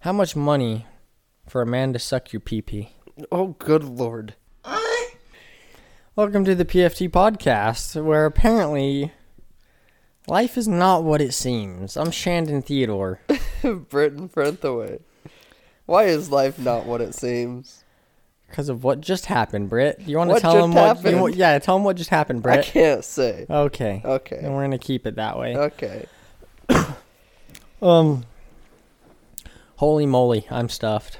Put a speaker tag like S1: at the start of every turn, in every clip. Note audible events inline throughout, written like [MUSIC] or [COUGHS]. S1: How much money for a man to suck your pee pee?
S2: Oh, good lord. [LAUGHS]
S1: Welcome to the PFT podcast, where apparently life is not what it seems. I'm Shandon Theodore.
S2: Britton Frentaway. Why is life not what it seems?
S1: Because of what just happened, Britt. You want to
S2: What
S1: tell
S2: just
S1: him what? You,
S2: happened?
S1: wa- yeah, tell him what just happened,
S2: I
S1: Britt.
S2: can't say.
S1: Okay. And
S2: Okay. Uh,
S1: we're gonna keep it that way.
S2: Okay.
S1: Um. Holy moly, I'm stuffed.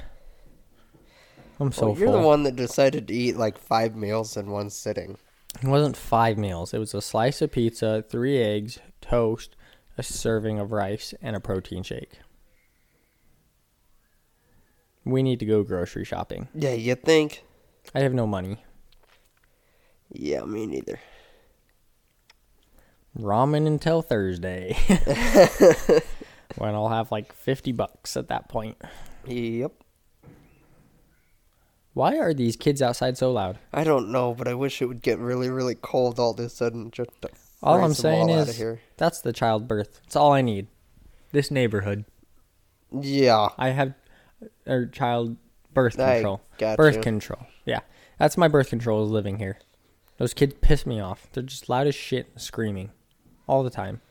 S1: I'm so
S2: Well, you're
S1: full.
S2: the one that decided to eat like five meals in one sitting.
S1: It wasn't five meals. It was a slice of pizza, three eggs, toast, a serving of rice, and a protein shake. We need to go grocery shopping.
S2: Yeah, you think?
S1: I have no money.
S2: Yeah, me neither.
S1: Ramen until Thursday. when I'll have like 50 bucks at that point.
S2: Yep.
S1: Why are these kids outside so loud?
S2: I don't know, but I wish it would get really, really cold all of a sudden. Just to
S1: All I'm
S2: freeze 'em
S1: saying
S2: all outta
S1: is
S2: here.
S1: that's the childbirth. It's all I need. This neighborhood.
S2: yeah.
S1: I have or child birth
S2: I
S1: control.
S2: got
S1: birth
S2: you.
S1: control. Yeah. That's my birth control is living here. Those kids piss me off. They're just loud as shit and screaming all the time.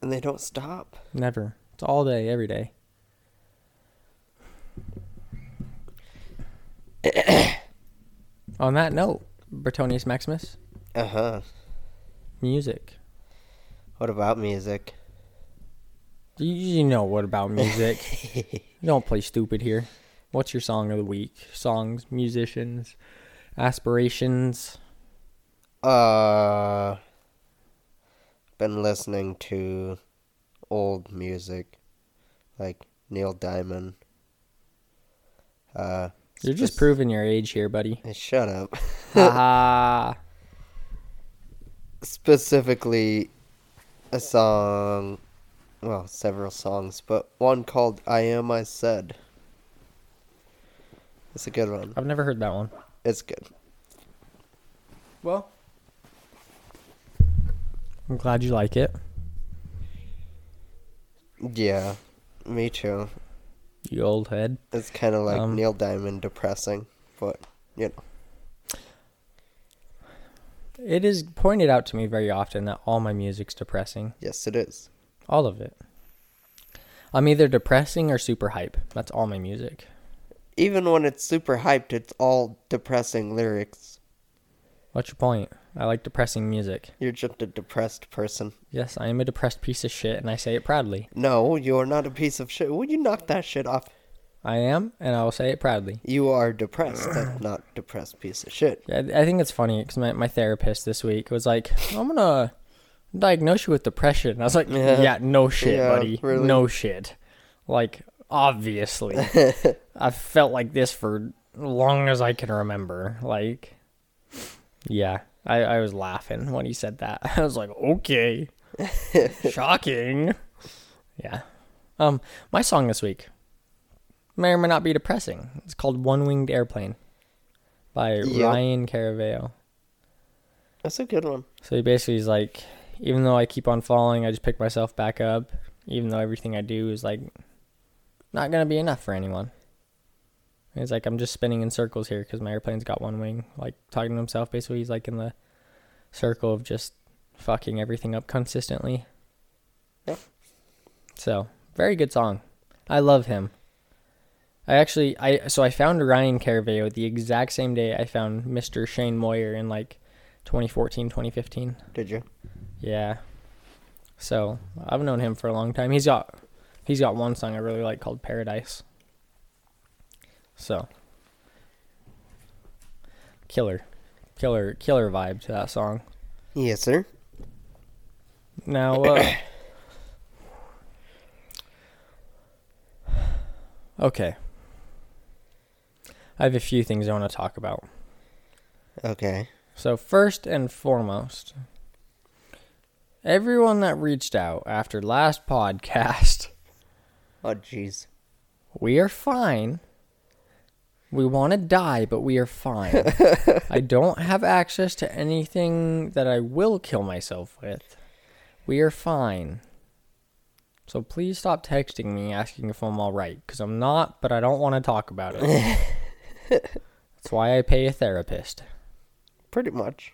S2: And they don't stop.
S1: Never. It's all day, every day. On that note, Bretonius Maximus,
S2: Uh huh.
S1: music.
S2: What about music?
S1: You, you know what about music. You Don't play stupid here. What's your song of the week? Songs, musicians, aspirations.
S2: Uh, been listening to old music, like Neil Diamond. Uh,
S1: You're just
S2: spec-
S1: proving your age here, buddy.
S2: Shut up.
S1: [LAUGHS]
S2: [LAUGHS]
S1: Haha.
S2: Specifically, a song, well, several songs, but one called "I Am I Said." It's a good one.
S1: I've never heard that one.
S2: It's good.
S1: Well, I'm glad you like it.
S2: Yeah, me too.
S1: You old head.
S2: It's kind of like
S1: Um,
S2: Neil Diamond depressing, but you know.
S1: It is pointed out to me very often that all my music's depressing.
S2: Yes, it is.
S1: All of it. I'm either depressing or super hype. That's all my music.
S2: Even when it's super hyped, it's all depressing lyrics.
S1: What's your point? I like depressing music.
S2: You're just a depressed person.
S1: Yes, I am a depressed piece of shit, and I say it proudly.
S2: No, you are not a piece of shit. Would you knock that shit off?
S1: I am, and I will say it proudly.
S2: You are depressed, [CLEARS THROAT] that's not depressed piece of shit.
S1: I, I think it's funny because my, my therapist this week was like, I'm gonna diagnose you with depression. I was like, yeah,
S2: Yeah.
S1: no shit,
S2: Yeah,
S1: buddy.
S2: really.
S1: No shit. Like,
S2: [LAUGHS]
S1: obviously. I've felt like this for long as I can remember. Like, yeah, I, I was laughing when he said that. [LAUGHS] I was like, okay. [LAUGHS] Shocking. Yeah. Um, my song this week may or may not be depressing. It's called One Winged Airplane by
S2: Yep.
S1: Ryan Caraveo.
S2: That's a good one.
S1: So he basically is like, even though I keep on falling, I just pick myself back up. Even though everything I do is like not gonna be enough for anyone. And he's like, I'm just spinning in circles here because my airplane's got one wing. Like talking to himself, basically, he's like in the circle of just fucking everything up consistently.
S2: Yeah.
S1: So very good song. I love him. I actually, I so I found Ryan Caraveo the exact same day I found Mr. Shane Moyer in like 2014, 2015.
S2: Did you?
S1: Yeah. So I've known him for a long time. He's got he's got one song I really like called Paradise. So killer. Killer killer vibe to that song.
S2: Yes, sir.
S1: Now uh, [SIGHS] Okay. I have a few things I want to talk about.
S2: Okay.
S1: So, first and foremost, everyone that reached out after last [LAUGHS] podcast,
S2: Oh, jeez.
S1: we are fine. We want to die, but we are fine. I don't have access to anything that I will kill myself with. We are fine. So please stop texting me asking if I'm all right, because I'm not, but I don't want to talk about it. That's why I pay a therapist.
S2: Pretty much.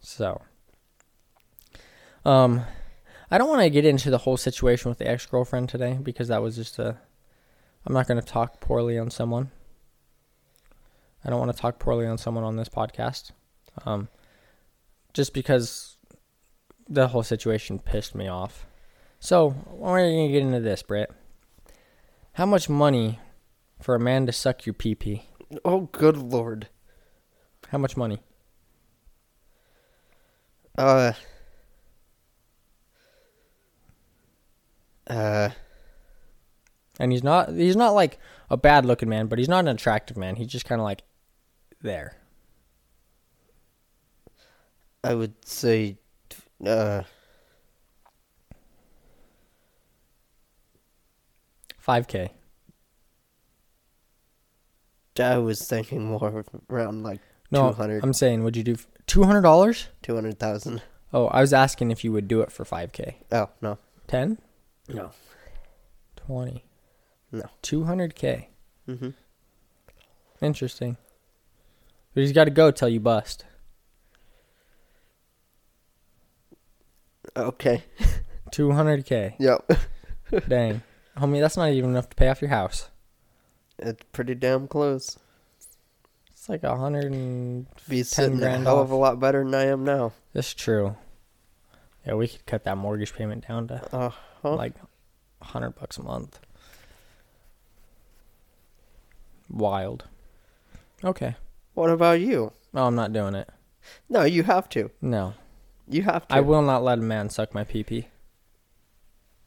S1: So, um, I don't want to get into the whole situation with the ex girlfriend today because that was just a. I'm not going to talk poorly on someone. I don't want to talk poorly on someone on this podcast. Um, just because the whole situation pissed me off. So, we're going to get into this, Britt. How much money for a man to suck your pee pee?
S2: Oh, good lord.
S1: How much money?
S2: Uh. Uh.
S1: and he's not he's not like a bad looking man, but he's not an attractive man. He's just kind of like there.
S2: I would say, uh,
S1: Five k.
S2: I was thinking more around like
S1: No,
S2: 200
S1: I'm saying, would you do two hundred dollars?
S2: 200,000.
S1: Oh, I was asking if you would do it for five k.
S2: Oh, no.
S1: Ten?
S2: No.
S1: Twenty?
S2: No.
S1: Two hundred k.
S2: Mm-hmm.
S1: Interesting. But he's got to go till you bust.
S2: Okay.
S1: Two hundred
S2: [LAUGHS]
S1: k.
S2: Yep.
S1: Dang, homie, that's not even enough to pay off your house.
S2: It's pretty damn close.
S1: It's like a hundred and
S2: Be sitting a
S1: grand
S2: hell of
S1: off.
S2: a lot better than I am now.
S1: that's true. Yeah, we could cut that mortgage payment down to
S2: Uh huh.
S1: like a hundred bucks a month. Wild. Okay.
S2: what about you?
S1: No, I'm not doing it.
S2: No, you have to.
S1: No,
S2: You have to.
S1: I will not let a man suck my pee pee.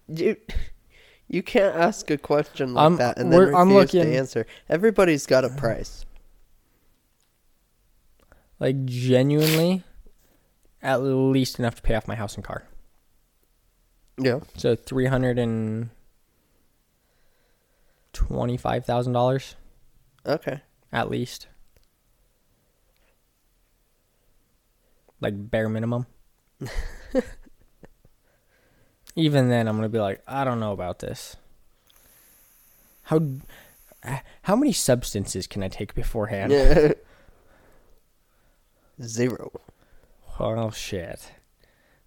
S2: You, [LAUGHS] you can't ask a question like
S1: I'm-
S2: that and then
S1: we're-
S2: refuse
S1: I'm looking-
S2: to answer. Everybody's got a price.
S1: Like genuinely, at least enough to pay off my house and car.
S2: Yeah.
S1: So three hundred and twenty-five thousand dollars
S2: Okay.
S1: at least. Like bare minimum.
S2: [LAUGHS]
S1: Even then, I'm gonna be like, I don't know about this. How, h- how many substances can I take beforehand?
S2: Yeah. [LAUGHS] Zero.
S1: Oh shit,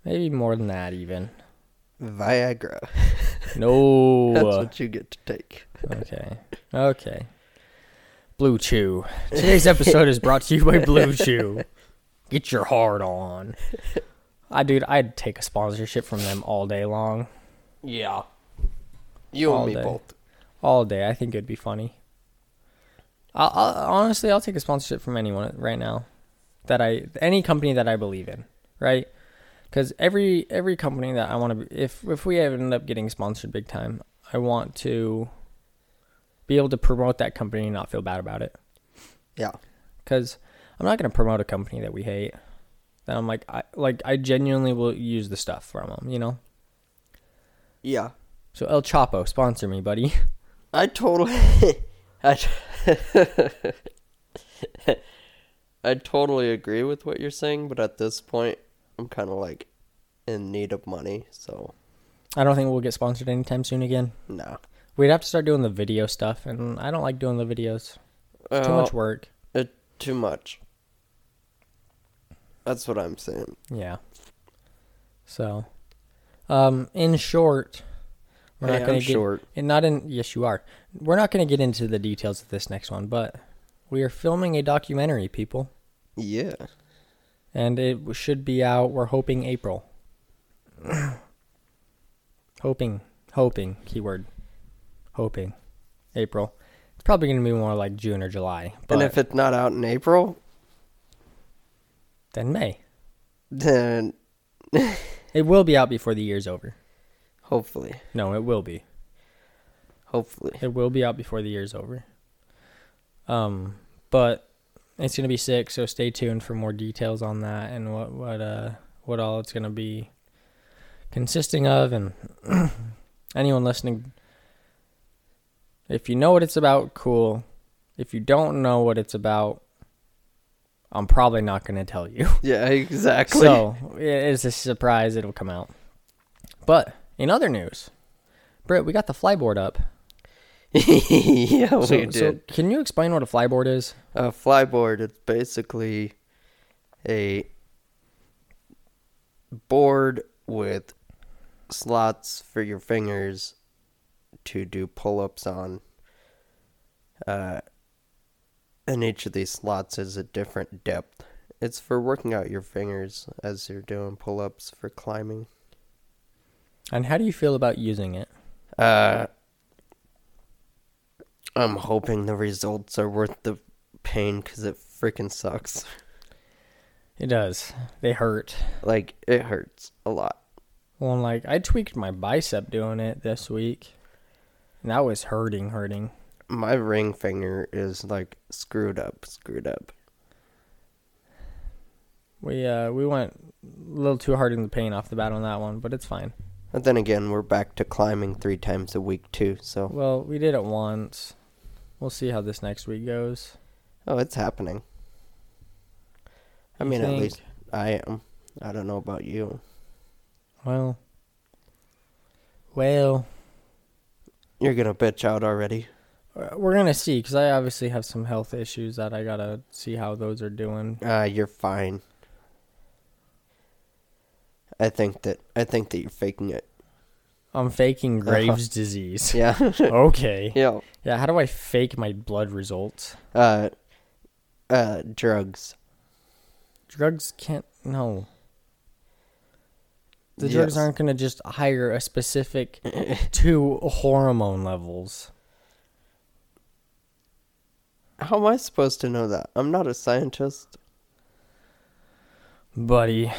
S1: maybe more than that even.
S2: Viagra. [LAUGHS]
S1: No.
S2: That's what you get to take.
S1: Okay. Okay. Blue Chew. Today's episode is brought to you by Blue Chew. Get your heart on. I dude, I'd take a sponsorship from them all day long.
S2: Yeah. You
S1: All
S2: and me
S1: day.
S2: both.
S1: All day. I think it'd be funny. I I honestly, I'll take a sponsorship from anyone right now that I any company that I believe in, right? Cuz every every company that I want to be if if we end up getting sponsored big time, I want to be able to promote that company and not feel bad about it.
S2: Yeah.
S1: because I'm not gonna promote a company that we hate. That I'm like, I like, I genuinely will use the stuff from them, you know.
S2: Yeah.
S1: So El Chapo, sponsor me, buddy. [LAUGHS]
S2: I totally. [LAUGHS] I, t- [LAUGHS] I totally agree with what you're saying, but at this point, I'm kind of like in need of money, so
S1: I don't think we'll get sponsored anytime soon again.
S2: no.
S1: We'd have to start doing the video stuff, and I don't like doing the videos. Too
S2: Oh.
S1: much work.
S2: It, too much. That's what I'm saying.
S1: Yeah. So, um, in short, we're not
S2: Hey,
S1: gonna
S2: I'm
S1: get
S2: short.
S1: and not in. Yes, you are. We're not gonna get into the details of this next one, but we are filming a documentary, people.
S2: Yeah.
S1: and it w- should be out. We're hoping April. [COUGHS] hoping, hoping. Keyword, hoping. April. It's probably going to be more like June or July, but
S2: and if it's not out in April,
S1: then May.
S2: then
S1: It will be out before the year's over.
S2: hopefully,
S1: No, it will be.
S2: hopefully,
S1: It will be out before the year's over. Um, but it's going to be sick. So stay tuned for more details on that and what what uh what all it's going to be consisting of. And [CLEARS THROAT] anyone listening, if you know what it's about, cool. If you don't know what it's about, I'm probably not going to tell you. [LAUGHS]
S2: yeah, [LAUGHS] exactly.
S1: So it's a surprise. It'll come out. But in other news, Britt, we got the flyboard up.
S2: yeah, we
S1: So,
S2: Oh, did.
S1: so can you explain what a flyboard is?
S2: A flyboard, it's basically a board with slots for your fingers to do pull ups on. Uh, and each of these slots is a different depth. It's for working out your fingers as you're doing pull ups for climbing.
S1: And how do you feel about using it?
S2: Uh, I'm hoping the results are worth the pain because it freaking sucks. [LAUGHS]
S1: It does. They hurt.
S2: Like it hurts a lot.
S1: Well, I'm like, I tweaked my bicep doing it this week. And that was hurting, hurting.
S2: My ring finger is like screwed up, screwed up.
S1: We uh we went a little too hard in the paint off the bat on that one, but it's fine.
S2: But then again, we're back to climbing three times a week too. So
S1: Well, we did it once. We'll see how this next week goes.
S2: oh, it's happening. I
S1: You
S2: mean, at
S1: think?
S2: least I am. I don't know about you.
S1: Well. Well,
S2: You're gonna bitch out already.
S1: uh, we're gonna see because I obviously have some health issues that I gotta see how those are doing.
S2: Ah, you're fine. I think that I think that you're faking it.
S1: I'm faking Graves' disease.
S2: Yeah.
S1: [LAUGHS]
S2: [LAUGHS]
S1: Okay.
S2: yeah.
S1: Yeah. How do I fake my blood results?
S2: Uh, uh, drugs.
S1: Drugs can't. No. The
S2: Yes.
S1: drugs aren't gonna just hire a specific [LAUGHS] two hormone levels.
S2: How am I supposed to know that? I'm not a scientist.
S1: Buddy,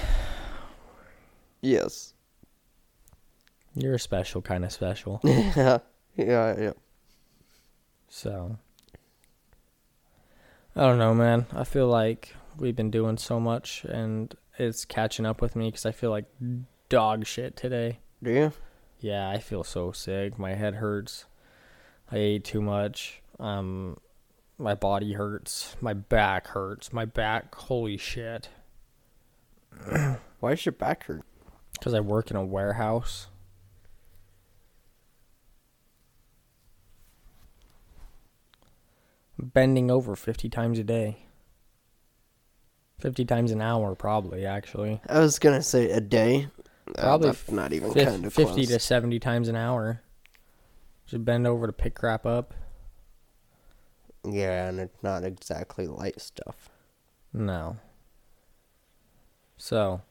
S2: Yes.
S1: you're a special kind of special.
S2: yeah, [LAUGHS] yeah, yeah.
S1: So I don't know, man. I feel like we've been doing so much, and it's catching up with me because I feel like dog shit today.
S2: Do you?
S1: Yeah, I feel so sick. My head hurts. I ate too much. Um, my body hurts. My back hurts. My back. Holy shit!
S2: Why is your back hurt?
S1: Because I work in a warehouse. Bending over 50 times a day. 50 times an hour, probably, actually.
S2: I was gonna say a day. Uh,
S1: Probably
S2: that's not even
S1: Fif-
S2: kind of
S1: 50
S2: close.
S1: to 70 times an hour. Just bend over to pick crap up.
S2: Yeah, and it's not exactly light stuff.
S1: No. So,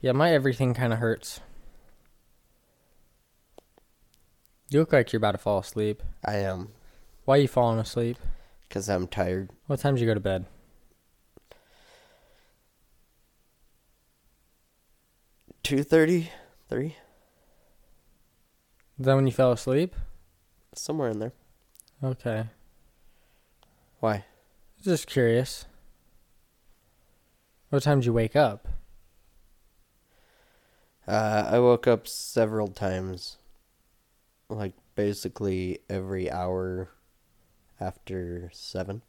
S1: yeah, my everything kind of hurts. You look like you're about to fall asleep.
S2: I am,
S1: Why are you falling asleep?
S2: cause I'm tired.
S1: What time do you go to bed?
S2: Two thirty, three,
S1: Is that when you fell asleep?
S2: somewhere in there.
S1: Okay.
S2: Why?
S1: Just curious. What time did you wake up?
S2: Uh, I woke up several times, like basically every hour after seven.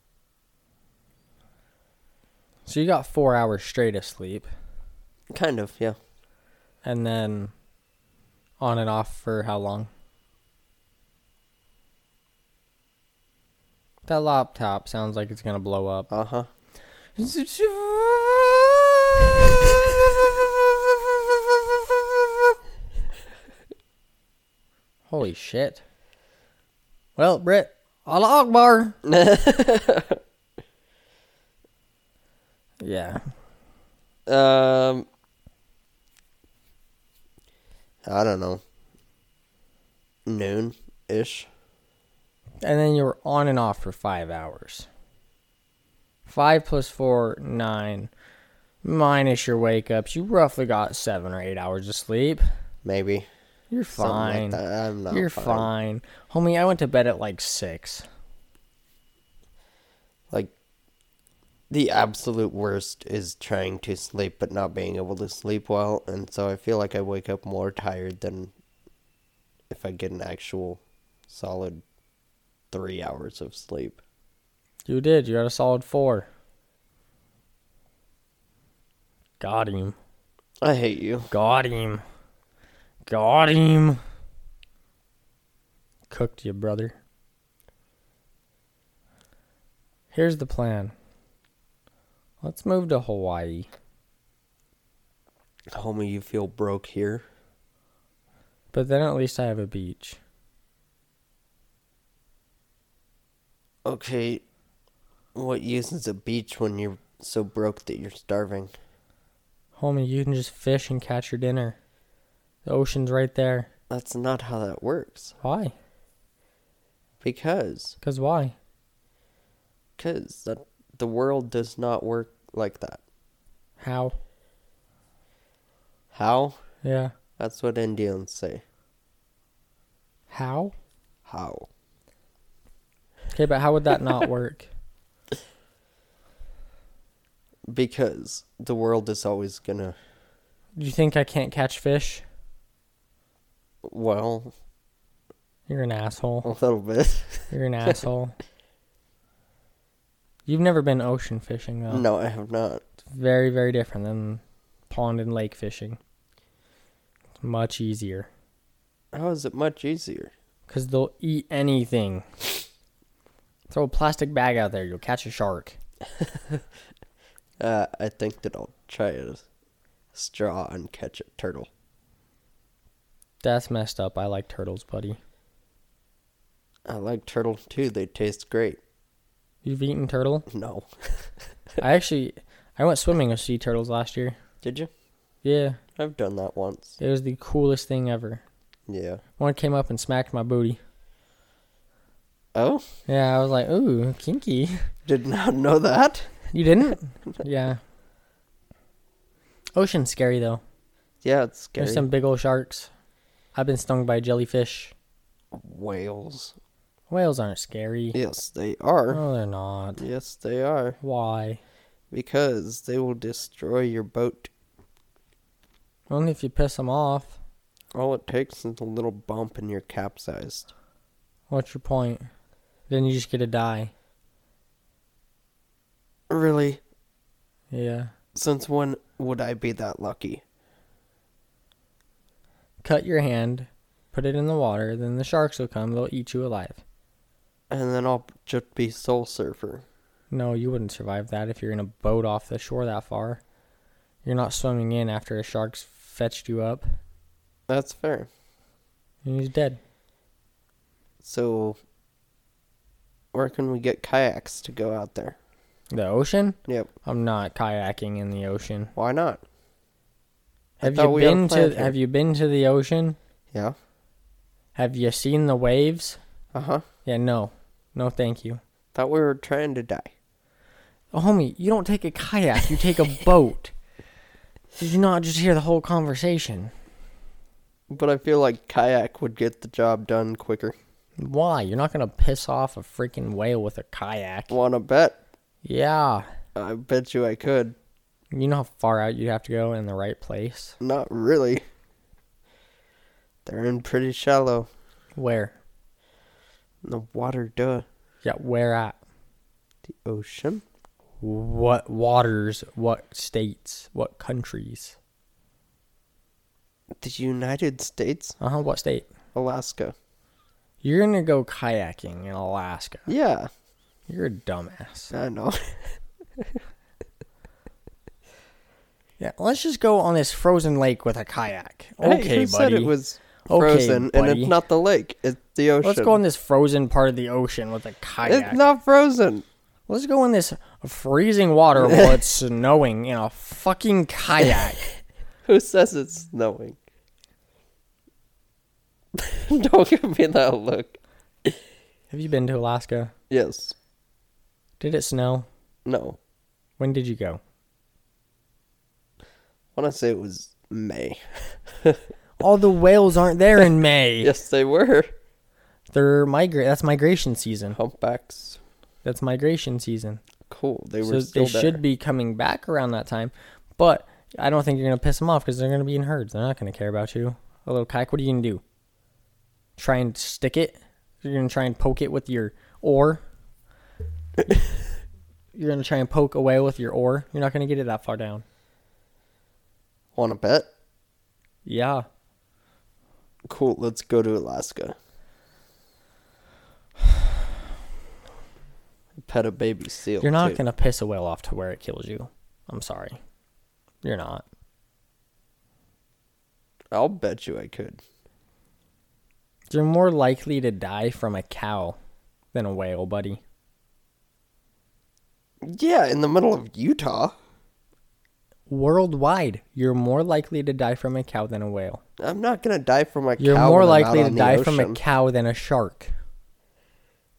S1: So you got four hours straight of sleep,
S2: Kind of, yeah.
S1: and then on and off for how long? That laptop sounds like it's gonna blow up.
S2: Uh huh.
S1: [LAUGHS] Holy shit. Well, Britt, Allah
S2: [LAUGHS]
S1: Akbar. yeah.
S2: Um, I don't know. Noon ish.
S1: And then you were on and off for five hours. Five plus four, nine. Minus your wake ups, you roughly got seven or eight hours of sleep.
S2: Maybe.
S1: You're
S2: Something like
S1: fine.
S2: that. I'm not
S1: You're
S2: fine.
S1: fine. Homie, I went to bed at like six.
S2: Like, the absolute worst is trying to sleep but not being able to sleep well. And so I feel like I wake up more tired than if I get an actual solid three hours of sleep.
S1: You did. You had a solid four. Got him.
S2: I hate you.
S1: Got him. Got him. cooked you, brother. Here's the plan. Let's move to Hawaii.
S2: Homie, you feel broke here?
S1: But then at least I have a beach.
S2: Okay. What use is a beach when you're so broke that you're starving?
S1: Homie, you can just fish and catch your dinner. The ocean's right there.
S2: That's not how that works.
S1: Why?
S2: Because,
S1: Because why?
S2: because the, the world does not work like that.
S1: How?
S2: How?
S1: Yeah.
S2: That's what Indians say.
S1: How?
S2: How?
S1: Okay, but how would that not work?
S2: Because the world is always gonna,
S1: Do you think I can't catch fish?
S2: well, [LAUGHS]
S1: You're an
S2: a
S1: asshole.
S2: little bit.
S1: You're an asshole. You've never been ocean fishing though.
S2: No, I have not.
S1: It's very, very different than pond and lake fishing. It's much easier.
S2: How is it much easier?
S1: Because they'll eat anything. Throw a plastic bag out there, you'll catch a shark.
S2: Uh, I think that I'll try a straw and catch a turtle.
S1: That's messed up. I like turtles, buddy.
S2: I like turtles too. They taste great.
S1: You've eaten turtle?
S2: No.
S1: I actually, I went swimming with sea turtles last year.
S2: Did you?
S1: Yeah,
S2: I've done that once.
S1: it was the coolest thing ever.
S2: Yeah.
S1: One came up and smacked my booty.
S2: Oh,
S1: Yeah, I was like, ooh, kinky. [LAUGHS]
S2: did not know that.
S1: You didn't? yeah. Ocean's scary though.
S2: Yeah, it's scary.
S1: There's some big old sharks. I've been stung by jellyfish.
S2: whales.
S1: Whales aren't scary.
S2: Yes, they are.
S1: No, they're not.
S2: Yes, they are.
S1: Why?
S2: Because they will destroy your boat.
S1: Only if you piss them off.
S2: All it takes is a little bump and you're capsized.
S1: What's your point? Then you just get to die.
S2: Really?
S1: Yeah.
S2: Since when would I be that lucky?
S1: Cut your hand, put it in the water, then the sharks will come. They'll eat you alive.
S2: And then I'll just be soul surfer.
S1: No, you wouldn't survive that if you're in a boat off the shore that far. You're not swimming in after a shark's fetched you up.
S2: That's fair.
S1: And he's dead.
S2: So, where can we get kayaks to go out there?
S1: The ocean?
S2: Yep.
S1: I'm not kayaking in the ocean.
S2: Why not? I
S1: Have
S2: thought
S1: you
S2: we had
S1: been to
S2: plans here.
S1: Have you been to the ocean?
S2: Yeah.
S1: Have you seen the waves?
S2: Uh huh.
S1: Yeah, no, no, thank you.
S2: Thought we were trying to die.
S1: Oh, homie, you don't take a kayak. You take a
S2: [LAUGHS]
S1: boat. Did you not just hear the whole conversation?
S2: But I feel like kayak would get the job done quicker.
S1: Why? You're not gonna piss off a freaking whale with a kayak.
S2: Wanna bet?
S1: Yeah.
S2: I bet you I could.
S1: You know how far out you have to go in the right place.
S2: Not really. They're in pretty shallow.
S1: Where?
S2: The water, duh.
S1: Yeah, where at?
S2: The ocean?
S1: What waters? What states? What countries?
S2: The United States?
S1: Uh huh. What state?
S2: Alaska.
S1: You're gonna go kayaking in Alaska.
S2: Yeah,
S1: You're a dumbass.
S2: I know. [LAUGHS]
S1: Yeah, let's just go on this frozen lake with a kayak. Okay,
S2: Hey, who
S1: buddy.
S2: said it was
S1: Okay,
S2: frozen? and
S1: buddy.
S2: it's not the lake, it's the ocean.
S1: let's go on this frozen part of the ocean with a kayak.
S2: It's not frozen.
S1: let's go in this freezing water while
S2: [LAUGHS]
S1: it's snowing in a fucking kayak.
S2: Who says it's snowing? [LAUGHS] Don't give me that look.
S1: Have you been to Alaska?
S2: Yes.
S1: Did it snow?
S2: No.
S1: When did you
S2: [LAUGHS]
S1: go?
S2: I want to say it was May.
S1: All the whales aren't there in
S2: [LAUGHS]
S1: May.
S2: Yes, they were.
S1: They're migra- That's migration season.
S2: Humpbacks.
S1: That's migration season.
S2: Cool. They
S1: So
S2: were
S1: they
S2: still there.
S1: should be coming back around that time, but I don't think you're gonna piss them off because they're gonna be in herds. They're not gonna care about you. A little kike, what are you gonna do? Try and stick it? You're gonna try and poke it with your oar. [LAUGHS] you're gonna try and poke away with your oar. You're not gonna get it that far down.
S2: Want to bet?
S1: Yeah.
S2: Cool. Let's go to Alaska. [SIGHS] pet a baby seal.
S1: You're not
S2: too.
S1: gonna piss a whale off to where it kills you. I'm sorry. You're not.
S2: I'll bet you I could.
S1: You're more likely to die from a cow than a whale, buddy.
S2: Yeah, in the middle of Utah.
S1: Worldwide, you're more likely to die from a cow than a whale.
S2: I'm not gonna die from a
S1: You're
S2: cow.
S1: more
S2: when I'm out
S1: likely to
S2: on the
S1: die from a
S2: ocean.
S1: cow than a shark.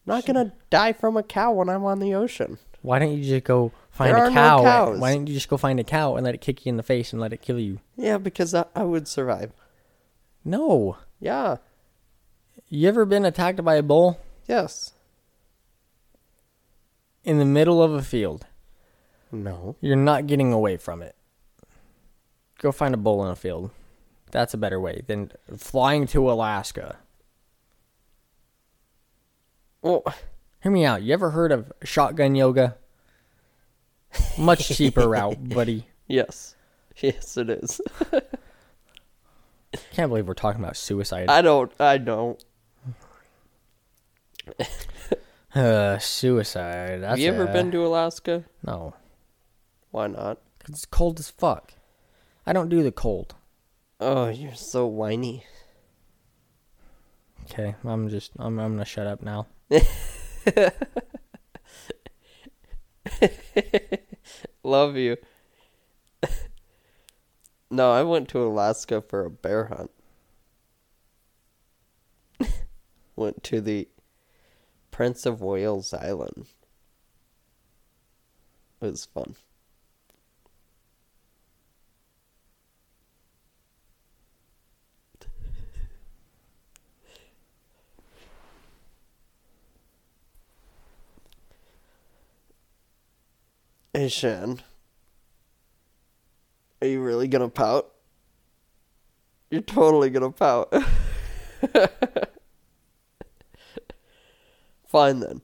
S2: Not gonna die from a cow when I'm on the ocean.
S1: Why don't you just go find
S2: There are
S1: a
S2: no
S1: cow?
S2: cows.
S1: Why don't you just go find a cow and let it kick you in the face and let it kill you?
S2: Yeah, because I, I would survive.
S1: No.
S2: Yeah.
S1: You ever been attacked by a bull
S2: Yes.
S1: in the middle of a field?
S2: No.
S1: You're not getting away from it. Go find a bull in a field. That's a better way than flying to Alaska.
S2: Well, [LAUGHS]
S1: Hear me out. You ever heard of shotgun yoga?
S2: [LAUGHS]
S1: Much cheaper route, buddy.
S2: yes. Yes, it is.
S1: Can't believe we're talking about suicide.
S2: I don't. I don't.
S1: Uh, suicide. That's
S2: Have you ever
S1: a-
S2: been to Alaska?
S1: No.
S2: Why not?
S1: 'Cause It's cold as fuck. I don't do the cold.
S2: Oh, you're so whiny.
S1: Okay, I'm just I'm I'm gonna shut up now.
S2: Love you. [LAUGHS] no, I went to Alaska for a bear hunt. [LAUGHS] went to the Prince of Wales Island. It was fun. Hey, Shan. Are you really gonna pout? You're totally gonna pout. [LAUGHS] Fine then.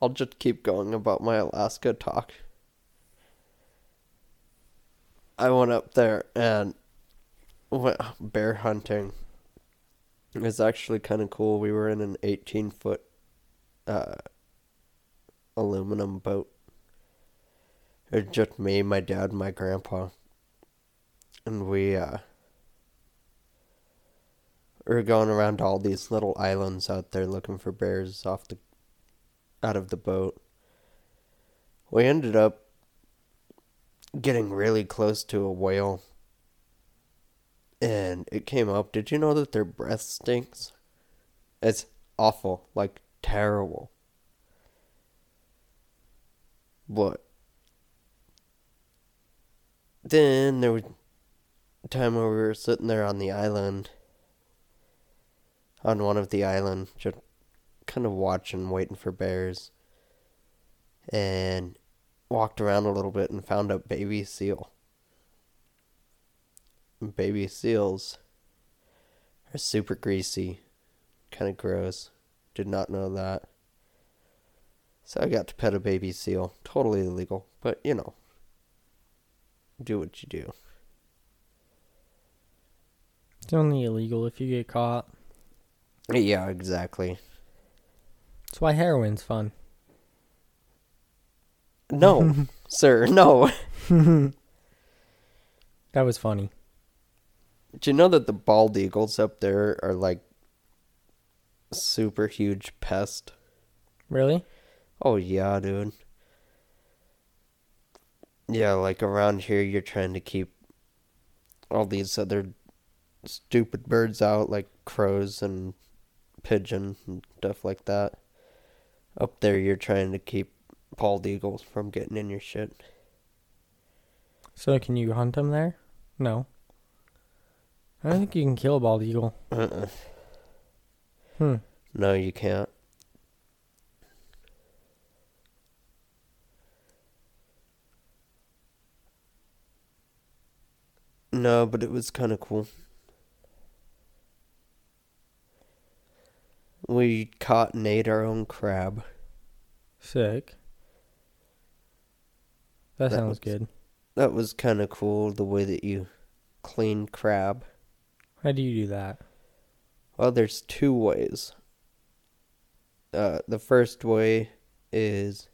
S2: I'll just keep going about my Alaska talk. I went up there and went bear hunting. It was actually kind of cool. We were in an 18 foot uh, aluminum boat. It was just me, my dad, and my grandpa. And we uh we were going around to all these little islands out there looking for bears off the out of the boat. We ended up getting really close to a whale. And it came up. Did you know that their breath stinks? It's awful, like terrible. But then there was a time where we were sitting there on the island, on one of the island, just kind of watching, waiting for bears, and walked around a little bit and found a baby seal. Baby seals are super greasy, kind of gross. Did not know that. So I got to pet a baby seal. Totally illegal, but you know, do what you do.
S1: It's only illegal if you get caught.
S2: Yeah, exactly.
S1: That's why heroin's fun.
S2: No, sir, no.
S1: That was funny.
S2: Do you know that the bald eagles up there are like super huge pest?
S1: Really?
S2: Oh yeah, dude. Yeah, like around here you're trying to keep all these other stupid birds out like crows and pigeon and stuff like that. Up there you're trying to keep bald eagles from getting in your shit.
S1: So can you hunt them there? No. I don't think you can kill a bald eagle.
S2: Uh-uh.
S1: Hmm.
S2: No, you can't. No, but it was kind of cool. We caught and ate our own crab.
S1: Sick. That,
S2: That
S1: sounds
S2: was-
S1: good.
S2: That was kind of cool the way that you clean crab.
S1: How do you do that?
S2: Well, there's two ways. Uh, the first way is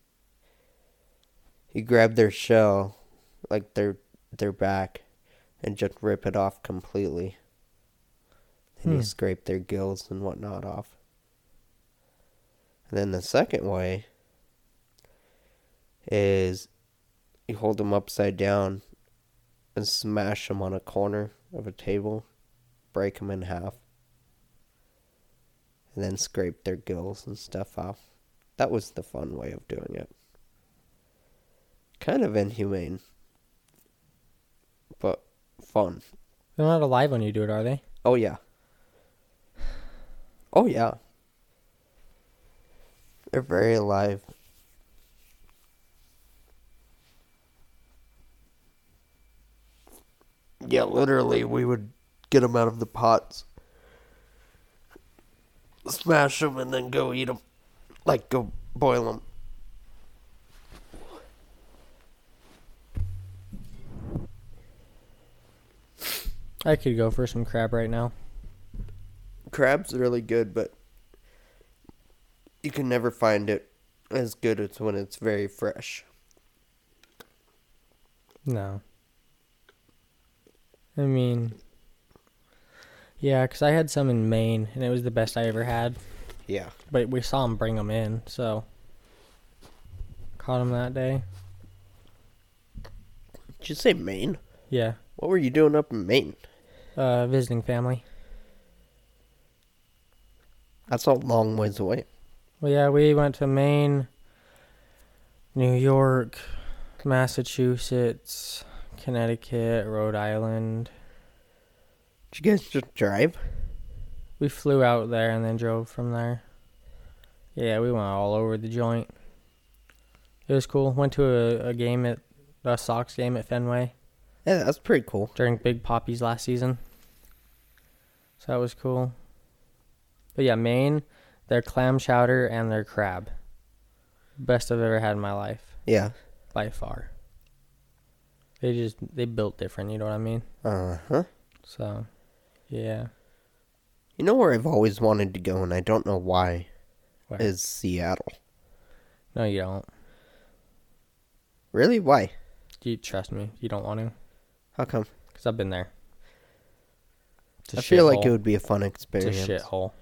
S2: you grab their shell, like their their back, and just rip it off completely. Then you
S1: Hmm.
S2: scrape their gills and whatnot off. And then the second way is you hold them upside down and smash them on a corner of a table, break them in half, and then scrape their gills and stuff off. That was the fun way of doing it. Kind of inhumane, but fun.
S1: They're not alive when you do it, are they?
S2: Oh, yeah. Oh, yeah. They're very alive. Yeah, literally, we would get them out of the pots, smash them, and then go eat them. Like, go boil them.
S1: I could go for some crab right now.
S2: crab's really good, but you can never find it as good as when it's very fresh.
S1: No. I mean, yeah, 'cause I had some in Maine, and it was the best I ever had.
S2: Yeah.
S1: But we saw him bring them in, so caught him that day.
S2: Did you say Maine?
S1: Yeah,
S2: What were you doing up in Maine?
S1: uh, visiting family.
S2: That's a long ways away.
S1: Well, yeah, we went to Maine, New York, Massachusetts, Connecticut, Rhode Island.
S2: Did you guys just drive?
S1: We flew out there and then drove from there. Yeah, we went all over the joint. It was cool. Went to a, a game at a Sox game at Fenway
S2: Yeah, that's pretty cool.
S1: during Big Poppy's last season. So that was cool. But yeah, Maine, their clam chowder and their crab. Best I've ever had in my life,
S2: Yeah.
S1: by far. They just they built different, you know what I mean?
S2: Uh huh.
S1: So yeah.
S2: You know where I've always wanted to go, and I don't know why,
S1: Where?
S2: is Seattle.
S1: No you don't.
S2: Really? Why?
S1: You trust me, you don't want to.
S2: How come?
S1: Because I've been there. It's
S2: I feel like
S1: shithole.
S2: it would be a fun
S1: It's a
S2: experience.
S1: shithole.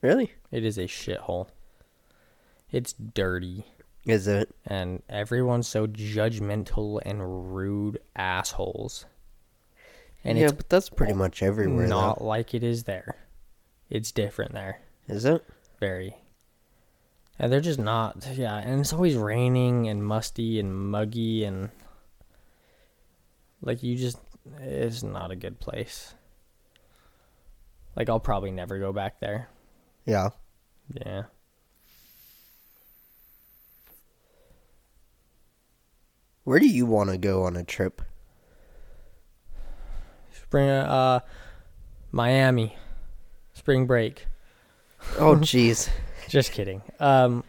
S2: Really?
S1: It is a shithole. It's dirty,
S2: Is it?
S1: and everyone's so judgmental and rude assholes. And
S2: yeah,
S1: it's
S2: but that's pretty much everywhere.
S1: not
S2: Not...
S1: like it is there. It's different there.
S2: Is it?
S1: Very. And they're just not. Yeah, and it's always raining and musty and muggy and. Like, you just. It's not a good place. Like, I'll probably never go back there.
S2: Yeah.
S1: Yeah.
S2: Where do you want to go on a trip?
S1: Spring, uh, Miami. Spring break. [LAUGHS]
S2: Oh, jeez.
S1: Just kidding. Um,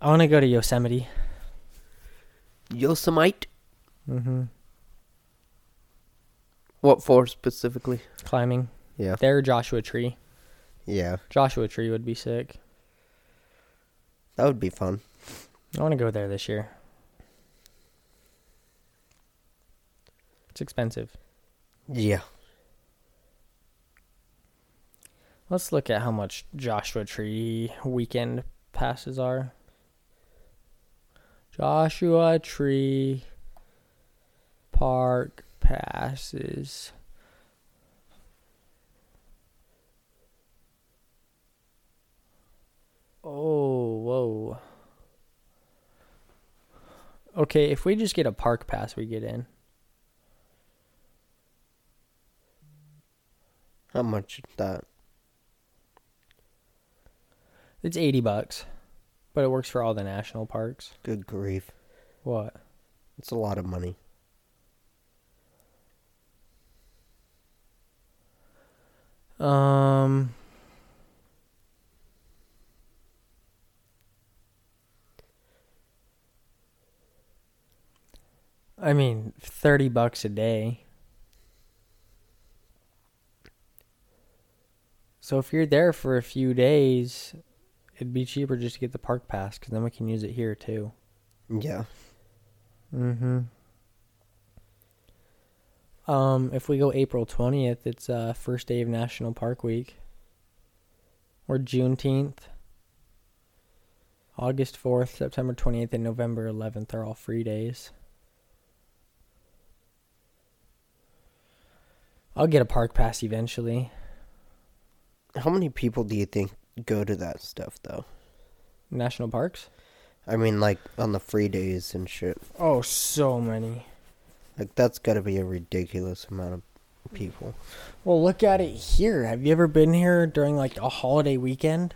S1: I want to go to Yosemite.
S2: Yosemite?
S1: Mm-hmm.
S2: What for specifically?
S1: Climbing.
S2: Yeah.
S1: There, Joshua Tree.
S2: Yeah.
S1: Joshua Tree would be sick.
S2: That would be fun.
S1: I want to go there this year. It's expensive.
S2: Yeah.
S1: Let's look at how much Joshua Tree weekend passes are. Joshua Tree Park passes. Oh, whoa. Okay, if we just get a park pass, we get in.
S2: How much is that?
S1: It's 80 bucks, but it works for all the national parks.
S2: Good grief.
S1: What?
S2: It's a lot of money.
S1: Um, I mean, thirty bucks a day. So if you're there for a few days, it'd be cheaper just to get the park pass because then we can use it here too.
S2: Yeah.
S1: Mm-hmm. Um, if we go April twentieth, it's uh first day of National Park Week. Or Juneteenth. August fourth, September twentieth, and November eleventh are all free days. I'll get a park pass eventually.
S2: How many people do you think go to that stuff though?
S1: National parks?
S2: I mean, like on the free days and shit.
S1: Oh, so many.
S2: Like that's got to be a ridiculous amount of people.
S1: Well, look at it here. Have you ever been here during like a holiday weekend?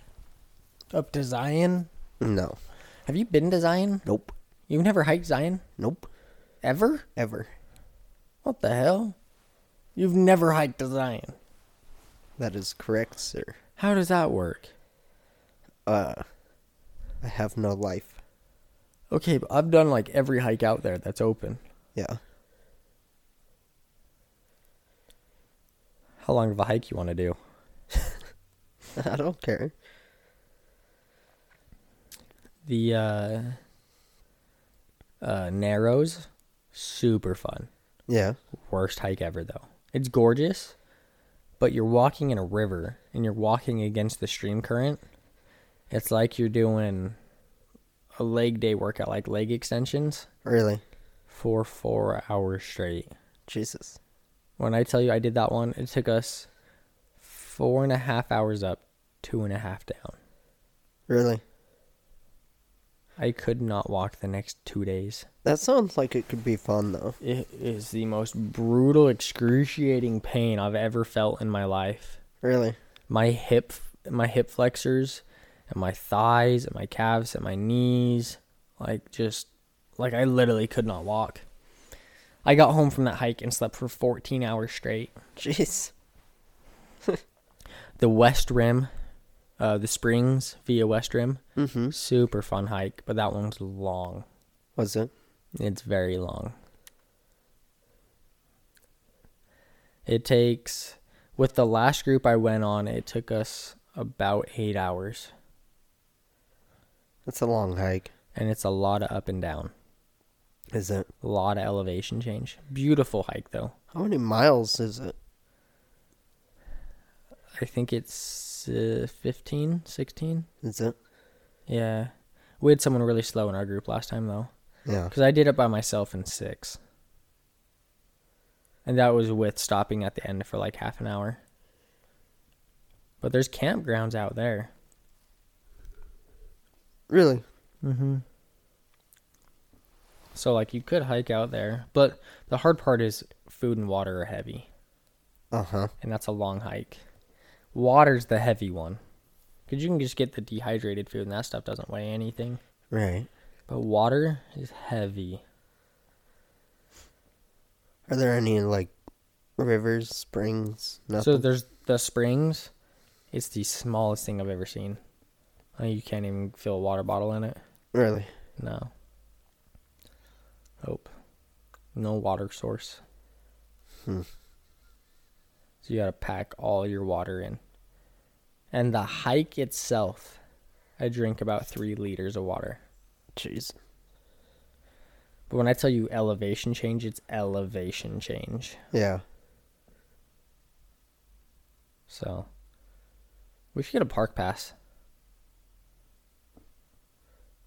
S1: Up to Zion?
S2: No.
S1: Have you been to Zion?
S2: Nope.
S1: You've never hiked Zion?
S2: Nope.
S1: Ever?
S2: Ever.
S1: What the hell? You've never hiked to Zion.
S2: That is correct, sir.
S1: How does that work?
S2: Uh, I have no life.
S1: Okay, but I've done like every hike out there that's open.
S2: Yeah. [LAUGHS]
S1: How long of a hike you want to do?
S2: I don't care.
S1: The uh uh Narrows super fun.
S2: Yeah.
S1: Worst hike ever though. It's gorgeous, but you're walking in a river and you're walking against the stream current. It's like you're doing a leg day workout like leg extensions
S2: Really.
S1: for 4 hours straight.
S2: Jesus.
S1: When I tell you I did that one, it took us four and a half hours up, two and a half down.
S2: Really.
S1: I could not walk the next two days.
S2: That sounds like it could be fun though.
S1: It is the most brutal, excruciating pain I've ever felt in my life.
S2: Really.
S1: My hip, my hip flexors, and my thighs, and my calves, and my knees, like just, like I literally could not walk. I got home from that hike and slept for 14 hours straight.
S2: Jeez.
S1: the West Rim, uh, the Springs via West Rim.
S2: Mhm.
S1: Super fun hike, but that one's long.
S2: Was it?
S1: It's very long. It takes with the last group I went on, it took us about eight hours,
S2: It's a long hike.
S1: and it's a lot of up and down,
S2: Is it?
S1: a lot of elevation change. Beautiful hike though.
S2: How many miles is it?
S1: I think it's uh, 15, 16.
S2: Is it?
S1: Yeah. We had someone really slow in our group last time though.
S2: Yeah.
S1: Because I did it by myself in six. And that was with stopping at the end for like half an hour. But there's campgrounds out there.
S2: Really.
S1: Mm-hmm. So like you could hike out there, but the hard part is food and water are heavy,
S2: Uh huh.
S1: and that's a long hike. Water's the heavy one, because you can just get the dehydrated food, and that stuff doesn't weigh anything.
S2: Right.
S1: But water is heavy.
S2: Are there any like rivers, springs? Nothing.
S1: So there's the springs. It's the smallest thing I've ever seen. Uh, You can't even fill a water bottle in it.
S2: really.
S1: No. Nope. No water source.
S2: Hmm.
S1: So you gotta pack all your water in. And the hike itself, I drink about three liters of water.
S2: Jeez.
S1: But when I tell you elevation change, it's elevation change.
S2: Yeah.
S1: So we should get a park pass.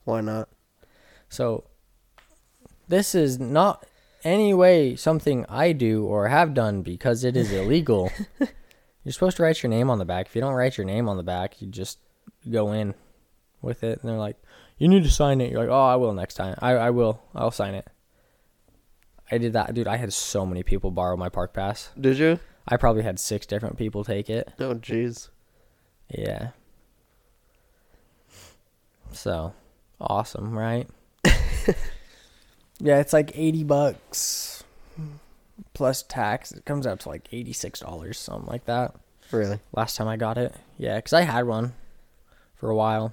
S2: Why not?
S1: So this is not any way something I do or have done because it is illegal. You're supposed to write your name on the back. If you don't write your name on the back, you just go in with it and they're like, You need to sign it. You're like, Oh, I will next time. I, I will. I'll sign it. I did that dude, I had so many people borrow my park pass.
S2: Did you?
S1: I probably had six different people take it.
S2: Oh, jeez.
S1: Yeah. So, awesome, right? [LAUGHS] yeah, it's like 80 bucks plus tax. It comes out to like $86, something like that.
S2: Really.
S1: Last time I got it. Yeah, cuz I had one for a while.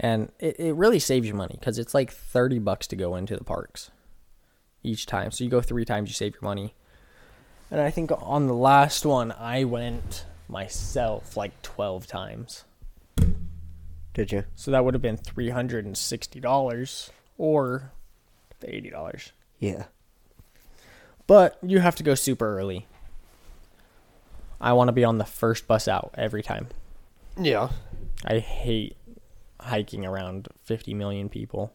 S1: And it, it really saves you money cuz it's like 30 bucks to go into the parks each time. So you go 3 times you save your money. And I think on the last one I went myself like 12 times.
S2: Did you?
S1: So that would have been three hundred and sixty dollars. or the eighty dollars.
S2: Yeah.
S1: But you have to go super early. I want to be on the first bus out every time.
S2: Yeah.
S1: I hate hiking around 50 million people.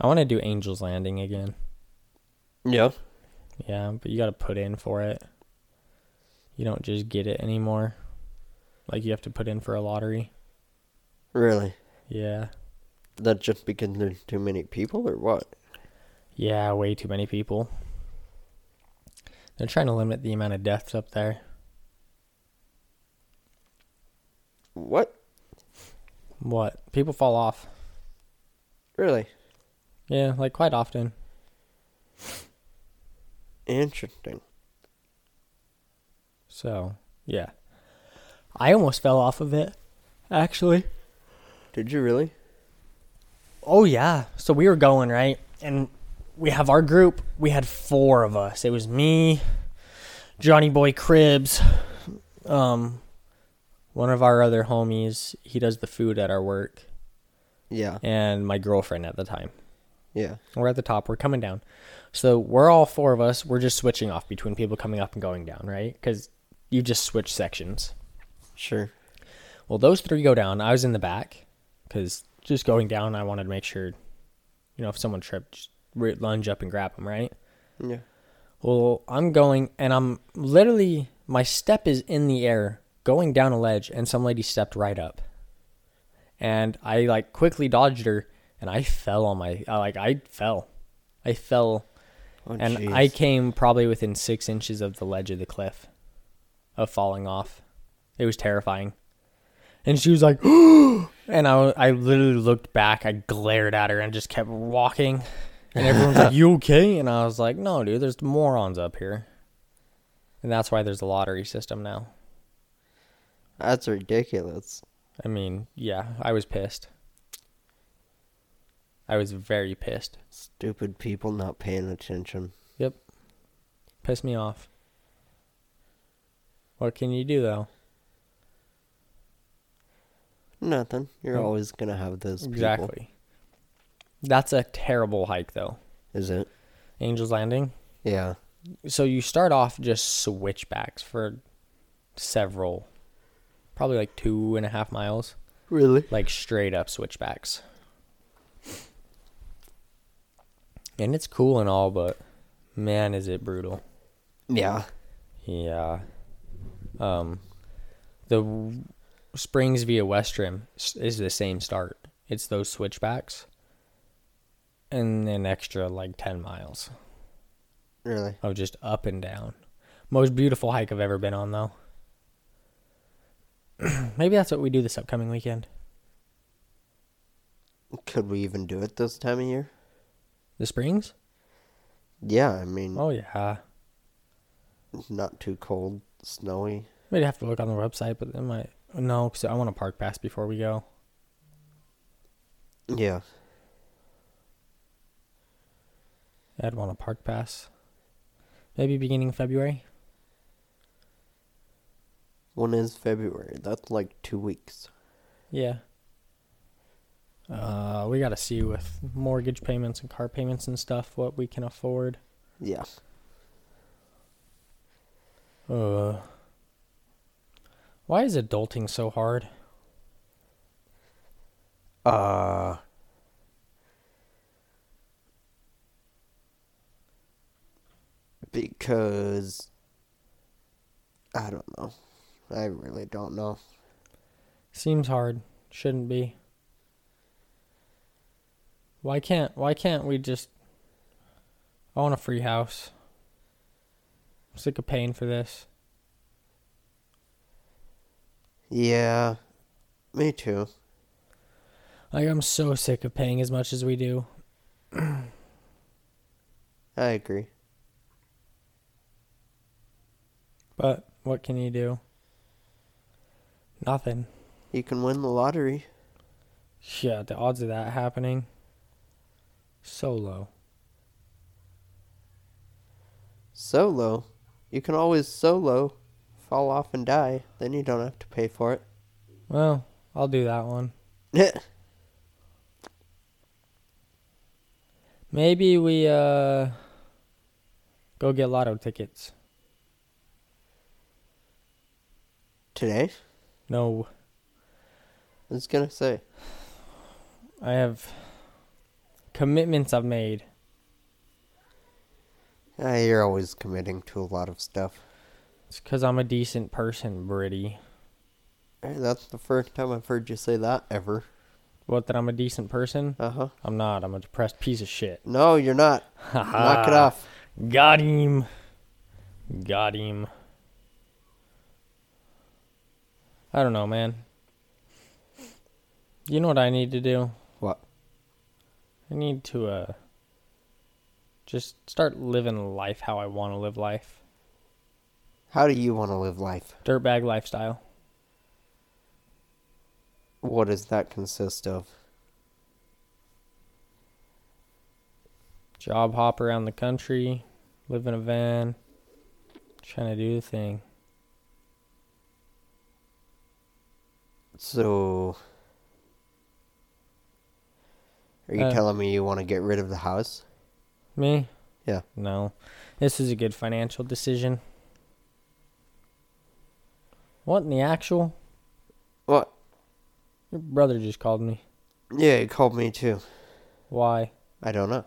S1: I want to do Angel's Landing again.
S2: Yeah.
S1: Yeah, but you got to put in for it. You don't just get it anymore. Like you have to put in for a lottery.
S2: Really?
S1: Yeah.
S2: That just because there's too many people or what?
S1: Yeah, way too many people. They're trying to limit the amount of deaths up there.
S2: What?
S1: What? People fall off.
S2: Really?
S1: Yeah, like quite often.
S2: Interesting.
S1: So, yeah. I almost fell off of it, actually.
S2: Did you really?
S1: Oh, yeah. So we were going, right? And we have our group. We had four of us. It was me, Johnny Boy Cribs, um, one of our other homies. He does the food at our work,
S2: Yeah.
S1: and my girlfriend at the time.
S2: Yeah.
S1: We're at the top. We're coming down. So we're all four of us. We're just switching off between people coming up and going down, right? Because you just switch sections.
S2: Sure.
S1: Well, those three go down. I was in the back because just going down, I wanted to make sure, you know, if someone tripped, just re- lunge up and grab them, right?
S2: Yeah.
S1: Well, I'm going and I'm literally, my step is in the air going down a ledge, and some lady stepped right up. And I like quickly dodged her and I fell on my, I, like, I fell. I fell
S2: Oh,
S1: and
S2: jeez.
S1: I came probably within six inches of the ledge of the cliff of falling off. It was terrifying. And she was like, [GASPS] and I, I literally looked back, I glared at her and just kept walking. And everyone's
S2: [LAUGHS]
S1: like, you okay? And I was like, no, dude, there's morons up here. And that's why there's a lottery system now.
S2: That's ridiculous.
S1: I mean, yeah, I was pissed. I was very pissed.
S2: Stupid people not paying attention.
S1: Yep. Pissed me off. What can you do though?
S2: Nothing. You're
S1: Mm.
S2: always gonna have those people.
S1: Exactly. That's a terrible hike though.
S2: Is it?
S1: Angel's Landing.
S2: Yeah.
S1: So you start off just switchbacks for several, probably like two and a half miles,
S2: Really?
S1: like straight up switchbacks. And it's cool and all, but man, is it brutal.
S2: Yeah.
S1: Yeah. Um, the w- Springs via West Rim s- is the same start. It's those switchbacks, and an extra like ten miles
S2: Really?
S1: of just up and down. Most beautiful hike I've ever been on, though. [CLEARS THROAT] Maybe that's what we do this upcoming weekend.
S2: Could we even do it this time of year?
S1: The Springs?
S2: Yeah, I mean,
S1: Oh yeah.
S2: not too cold, snowy.
S1: We'd have to look on the website, but it might. No, because I want to park pass before we go.
S2: Yeah.
S1: I'd want a park pass. Maybe beginning February.
S2: When is February? That's like two weeks.
S1: Yeah. Uh, we got to see with mortgage payments and car payments and stuff what we can afford.
S2: Yeah.
S1: Uh, why is adulting so hard?
S2: Uh. Because. I don't know. I really don't know.
S1: Seems hard. Shouldn't be. Why can't why can't we just I want a free house. I'm sick of paying for this.
S2: Yeah. Me too.
S1: Like I'm so sick of paying as much as we do.
S2: I agree.
S1: But what can you do? Nothing.
S2: You can win the lottery.
S1: Yeah, the odds of that happening so low.
S2: Solo. You can always solo, fall off and die. Then you don't have to pay for it.
S1: Well, I'll do that one. Maybe we uh go get lotto tickets.
S2: [LAUGHS] Today?
S1: No,
S2: I was gonna say.
S1: I have commitments I've made.
S2: Ah, you're always committing to a lot of stuff.
S1: It's because I'm a decent person, Britty.
S2: Hey, that's the first time I've heard you say that ever.
S1: What, that I'm a decent person?
S2: Uh huh.
S1: I'm not. I'm a depressed piece of shit.
S2: No, you're not. Knock it off.
S1: Got him. Got him. I don't know, man. You know what I need to do?
S2: What?
S1: I need to uh just start living life how I want to live life.
S2: How do you want to live life?
S1: Dirtbag lifestyle.
S2: What does that consist of?
S1: Job hop around the country, live in a van, trying to do the thing.
S2: So. Are you
S1: Uh,
S2: telling me you want to get rid of the house?
S1: Me?
S2: Yeah.
S1: No. This is a good financial decision. What in the actual?
S2: What?
S1: Your brother just called me.
S2: Yeah, you called me too.
S1: Why?
S2: I don't know.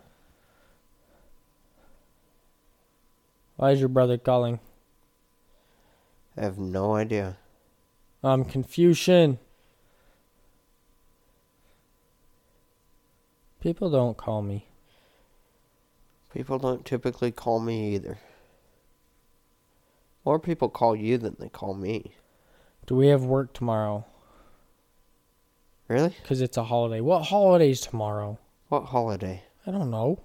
S1: Why is your brother calling?
S2: I have no idea.
S1: I'm Confucian. People don't call me.
S2: People don't typically call me either. More people call you than they call me.
S1: Do we have work tomorrow?
S2: Really?
S1: Because it's a holiday. What holiday's tomorrow?
S2: What holiday?
S1: I don't know.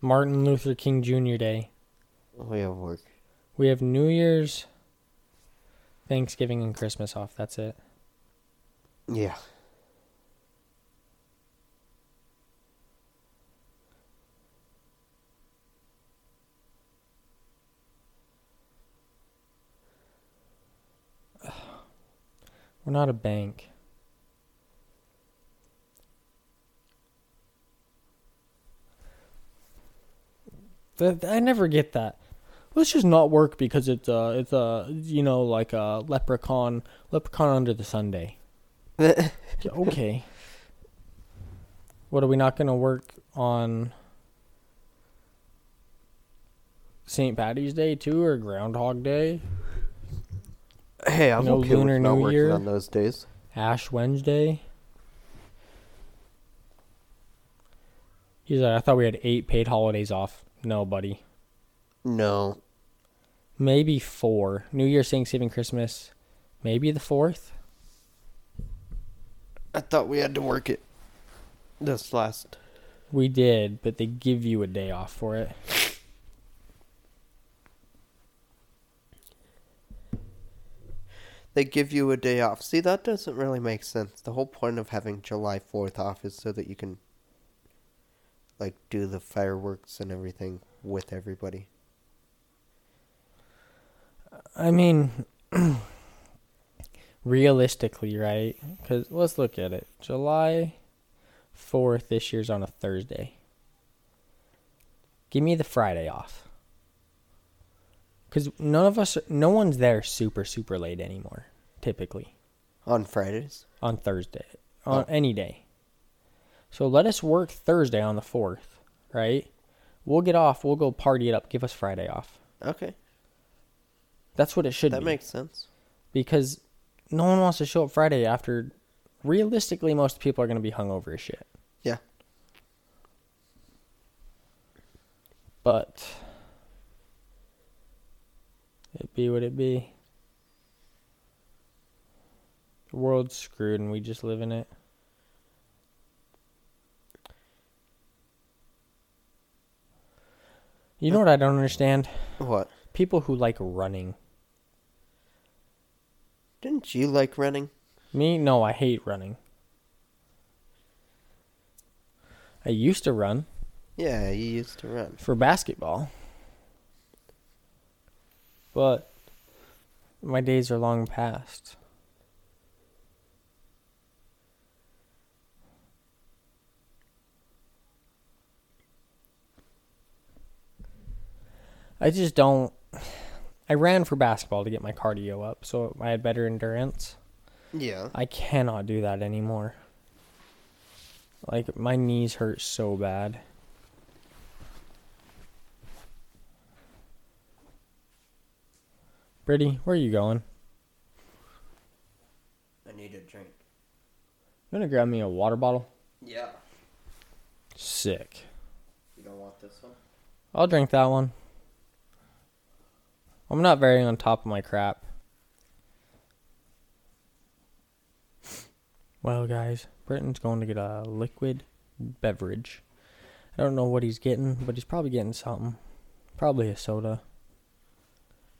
S1: Martin Luther King Jr. Day.
S2: We have work.
S1: We have New Year's, Thanksgiving, and Christmas off. That's it.
S2: Yeah.
S1: We're not a bank. Th- I never get that. Let's just not work because it's a, it's a, you know, like a leprechaun, leprechaun under the Sunday. okay. What are we not going to work on St. Patty's Day too, or Groundhog Day,
S2: Hey, I'm
S1: No
S2: okay
S1: Lunar
S2: with not
S1: New
S2: working
S1: Year?
S2: on those days.
S1: Ash Wednesday? He's like, I thought we had eight paid holidays off. No, buddy.
S2: No.
S1: Maybe four. New Year's, Thanksgiving, Christmas. Maybe the fourth.
S2: I thought we had to work it. This last.
S1: We did, but they give you a day off for it.
S2: They give you a day off. See, that doesn't really make sense. The whole point of having July 4th off is so that you can, like, do the fireworks and everything with everybody.
S1: I mean, [CLEARS THROAT] realistically, right? Because let's look at it. July 4th this year's on a Thursday. Give me the Friday off. Because none of us, no one's there super, super late anymore, typically,
S2: On Fridays?
S1: on Thursday,
S2: Oh.
S1: on any day. So let us work Thursday on the 4th, right? We'll get off, we'll go party it up, give us Friday off.
S2: Okay.
S1: That's what it should
S2: That
S1: be.
S2: makes sense.
S1: because no one wants to show up Friday after. Realistically, most people are going to be hungover as shit.
S2: Yeah.
S1: But it be what it be. The world's screwed, and we just live in it. You know what I don't understand?
S2: What?
S1: People who like running.
S2: Didn't you like running?
S1: Me? No, I hate running. I used to run
S2: Yeah, you used to run.
S1: for basketball. But my days are long past. I just don't. [SIGHS] I ran for basketball to get my cardio up, so I had better endurance.
S2: Yeah.
S1: I cannot do that anymore. Like my knees hurt so bad. Brittany, where are you going?
S2: I need a drink.
S1: You wanna grab me a water bottle?
S2: Yeah.
S1: Sick.
S2: You don't want this one?
S1: I'll drink that one. I'm not very on top of my crap. Well, guys, Britton's going to get a liquid beverage. I don't know what he's getting, but he's probably getting something. Probably a soda.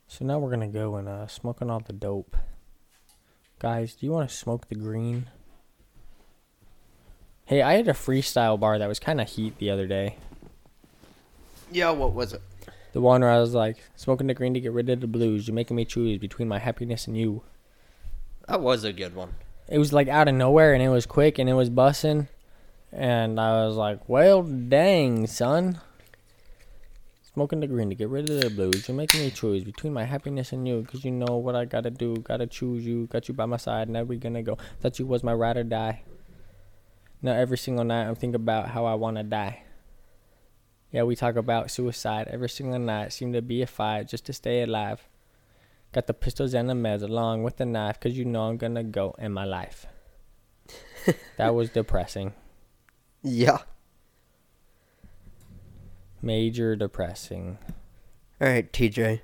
S1: So now we're going to go and uh, smoking all the dope. Guys, do you want to smoke the green? Hey, I had a freestyle bar that was kind of heat the other day.
S2: Yeah, what was it?
S1: The one where I was like, smoking the green to get rid of the blues. You're making me choose between my happiness and you.
S2: That was a good one.
S1: It was like out of nowhere and it was quick and it was bussing. And I was like, well, dang, son. Smoking the green to get rid of the blues. You're making me choose between my happiness and you, 'cause you know what I gotta do. Gotta choose you. Got you by my side. Now we gonna go. Thought you was my ride or die. Now every single night I'm thinking about how I wanna die. Yeah, we talk about suicide every single night. Seem to be a fight just to stay alive. Got the pistols and the meds along with the knife, 'cause you know I'm gonna go in my life. that was depressing.
S2: Yeah.
S1: Major depressing.
S2: All right, TJ.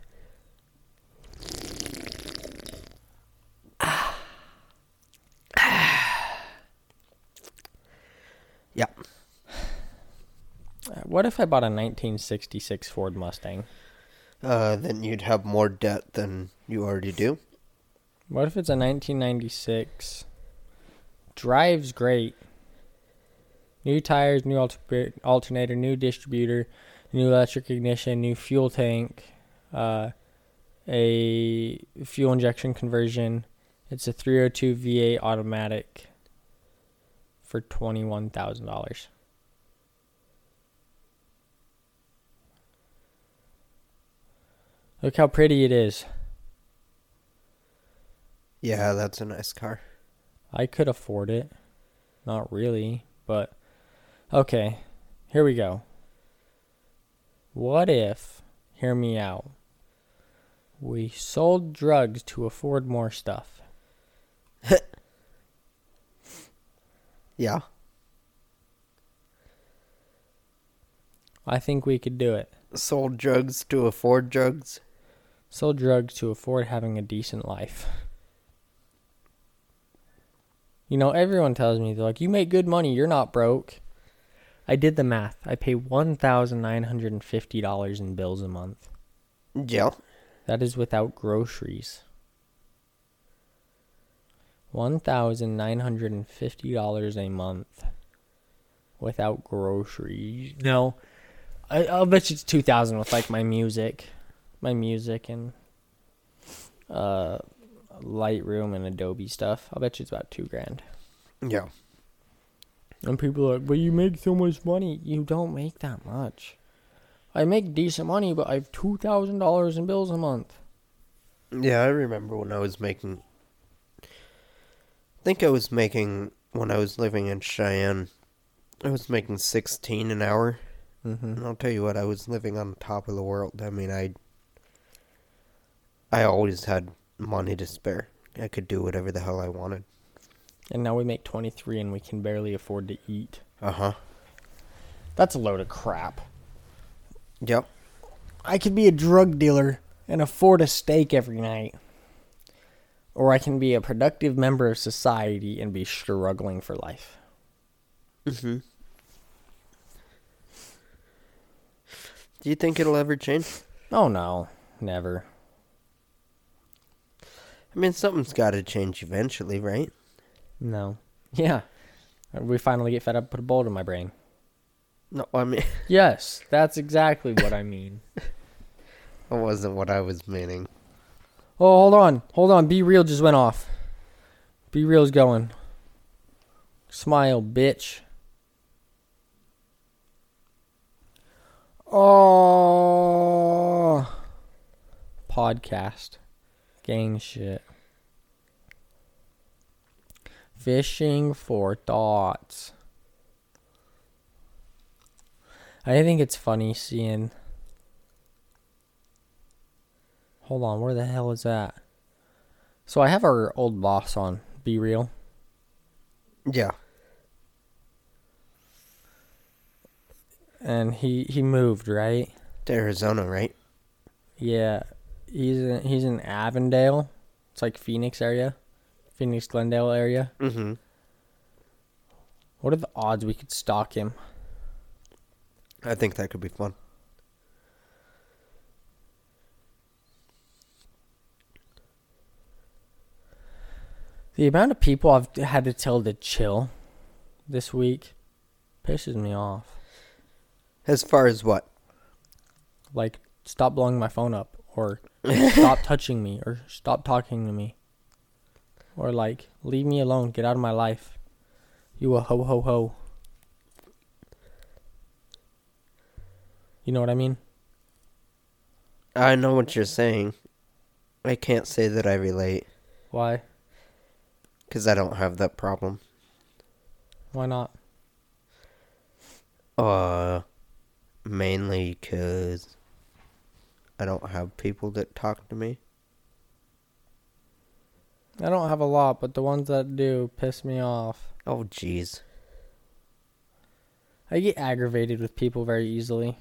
S2: [SIGHS] yeah.
S1: Uh, What if I bought a 1966 Ford Mustang?
S2: Uh, then you'd have more debt than you already do.
S1: What if it's a 1996? Drives great. New tires, new alter- alternator, new distributor, new electric ignition, new fuel tank, uh, a fuel injection conversion. It's a 302 V8 automatic for $21,000. Look how pretty it is.
S2: Yeah, that's a nice car.
S1: I could afford it. Not really, but okay. Here we go. What if, hear me out, we sold drugs to afford more stuff?
S2: Yeah.
S1: I think we could do it.
S2: Sold drugs to afford drugs.
S1: Sold drugs to afford having a decent life. You know, everyone tells me, they're like, you make good money, you're not broke. I did the math. I pay $1,950 in bills a month.
S2: Yeah.
S1: That is without groceries. $1,950 a month without groceries. No, I, I'll bet you it's 2000 with like my music. My music and uh, Lightroom and Adobe stuff. I'll bet you it's about two grand.
S2: Yeah.
S1: And people are like, but you make so much money. You don't make that much. I make decent money, but I have $2,000 in bills a month.
S2: Yeah, I remember when I was making. I think I was making when I was living in Cheyenne. I was making sixteen an hour,
S1: Mm-hmm.
S2: and I'll tell you what, I was living on top of the world. I mean, I. I always had money to spare. I could do whatever the hell I wanted.
S1: and now we make 23 and we can barely afford to eat.
S2: Uh huh.
S1: That's a load of crap.
S2: Yep.
S1: I could be a drug dealer and afford a steak every night. Or I can be a productive member of society and be struggling for life.
S2: Mm-hmm. Do you think it'll ever change?
S1: Oh no, never.
S2: I mean, something's got to change eventually, right?
S1: No. Yeah. We finally get fed up, put a bolt in my brain.
S2: No, I mean, [LAUGHS]
S1: Yes, that's exactly what I mean.
S2: that wasn't what I was meaning.
S1: Oh, hold on. Hold on. Be real just went off. Be real's going. Smile, bitch. Oh, podcast, gang shit, fishing for thoughts. I think it's funny seeing. Hold on, where the hell is that? So I have our old boss on. Be real.
S2: Yeah.
S1: and he he moved right
S2: To Arizona, right?
S1: yeah he's in, he's in avondale it's like phoenix area phoenix glendale area
S2: Mm-hmm.
S1: what are the odds we could stalk him
S2: I think that could be fun.
S1: the amount of people i've had to tell to chill this week pisses me off
S2: As far as what?
S1: like stop blowing my phone up or stop touching me or stop talking to me or like leave me alone get out of my life you a ho ho ho you know what i mean
S2: I know what you're saying. I can't say that I relate
S1: why
S2: because I don't have that problem.
S1: why not
S2: Uh, mainly because I don't have people that talk to me.
S1: i don't have a lot but the ones that do piss me off
S2: Oh, jeez.
S1: i get aggravated with people very easily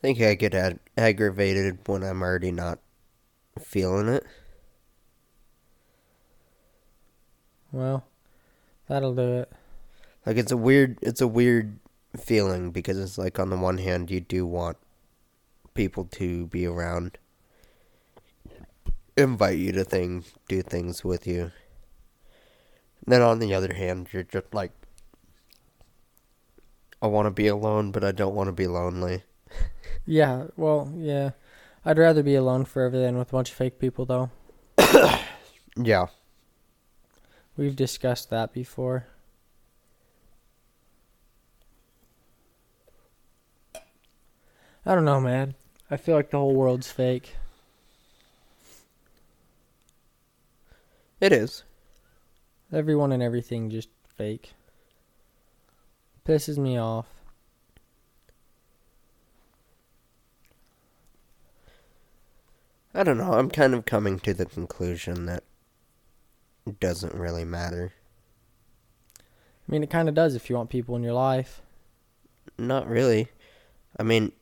S2: I think I get ag- aggravated when I'm already not feeling it.
S1: well that'll do it
S2: Like it's a weird, it's a weird feeling because it's like on the one hand you do want people to be around, invite you to things, do things with you. then on the other hand, you're just like, I want to be alone, but I don't want to be lonely.
S1: yeah well yeah i'd rather be alone forever than with a bunch of fake people though
S2: Yeah,
S1: We've discussed that before. I don't know, man. I feel like the whole world's fake.
S2: it is.
S1: Everyone and everything just fake. Pisses me off.
S2: I don't know. I'm kind of coming to the conclusion that it doesn't really matter.
S1: I mean, it kind of does if you want people in your life.
S2: Not really. I mean,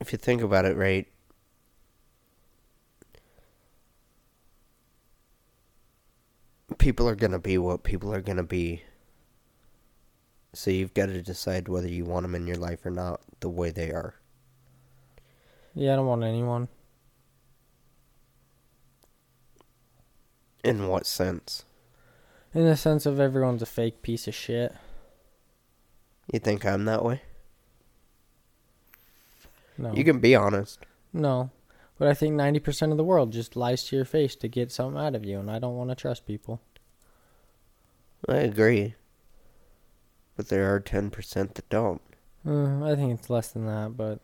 S2: if you think about it, right? People are going to be what people are going to be. So you've got to decide whether you want them in your life or not the way they are.
S1: Yeah, I don't want anyone.
S2: In what sense?
S1: In the sense of everyone's a fake piece of shit.
S2: You think I'm that way?
S1: No.
S2: You can be honest.
S1: no. But I think 90% of the world just lies to your face to get something out of you, and I don't want to trust people.
S2: I agree. But there are 10% that don't.
S1: Mm, I think it's less than that, but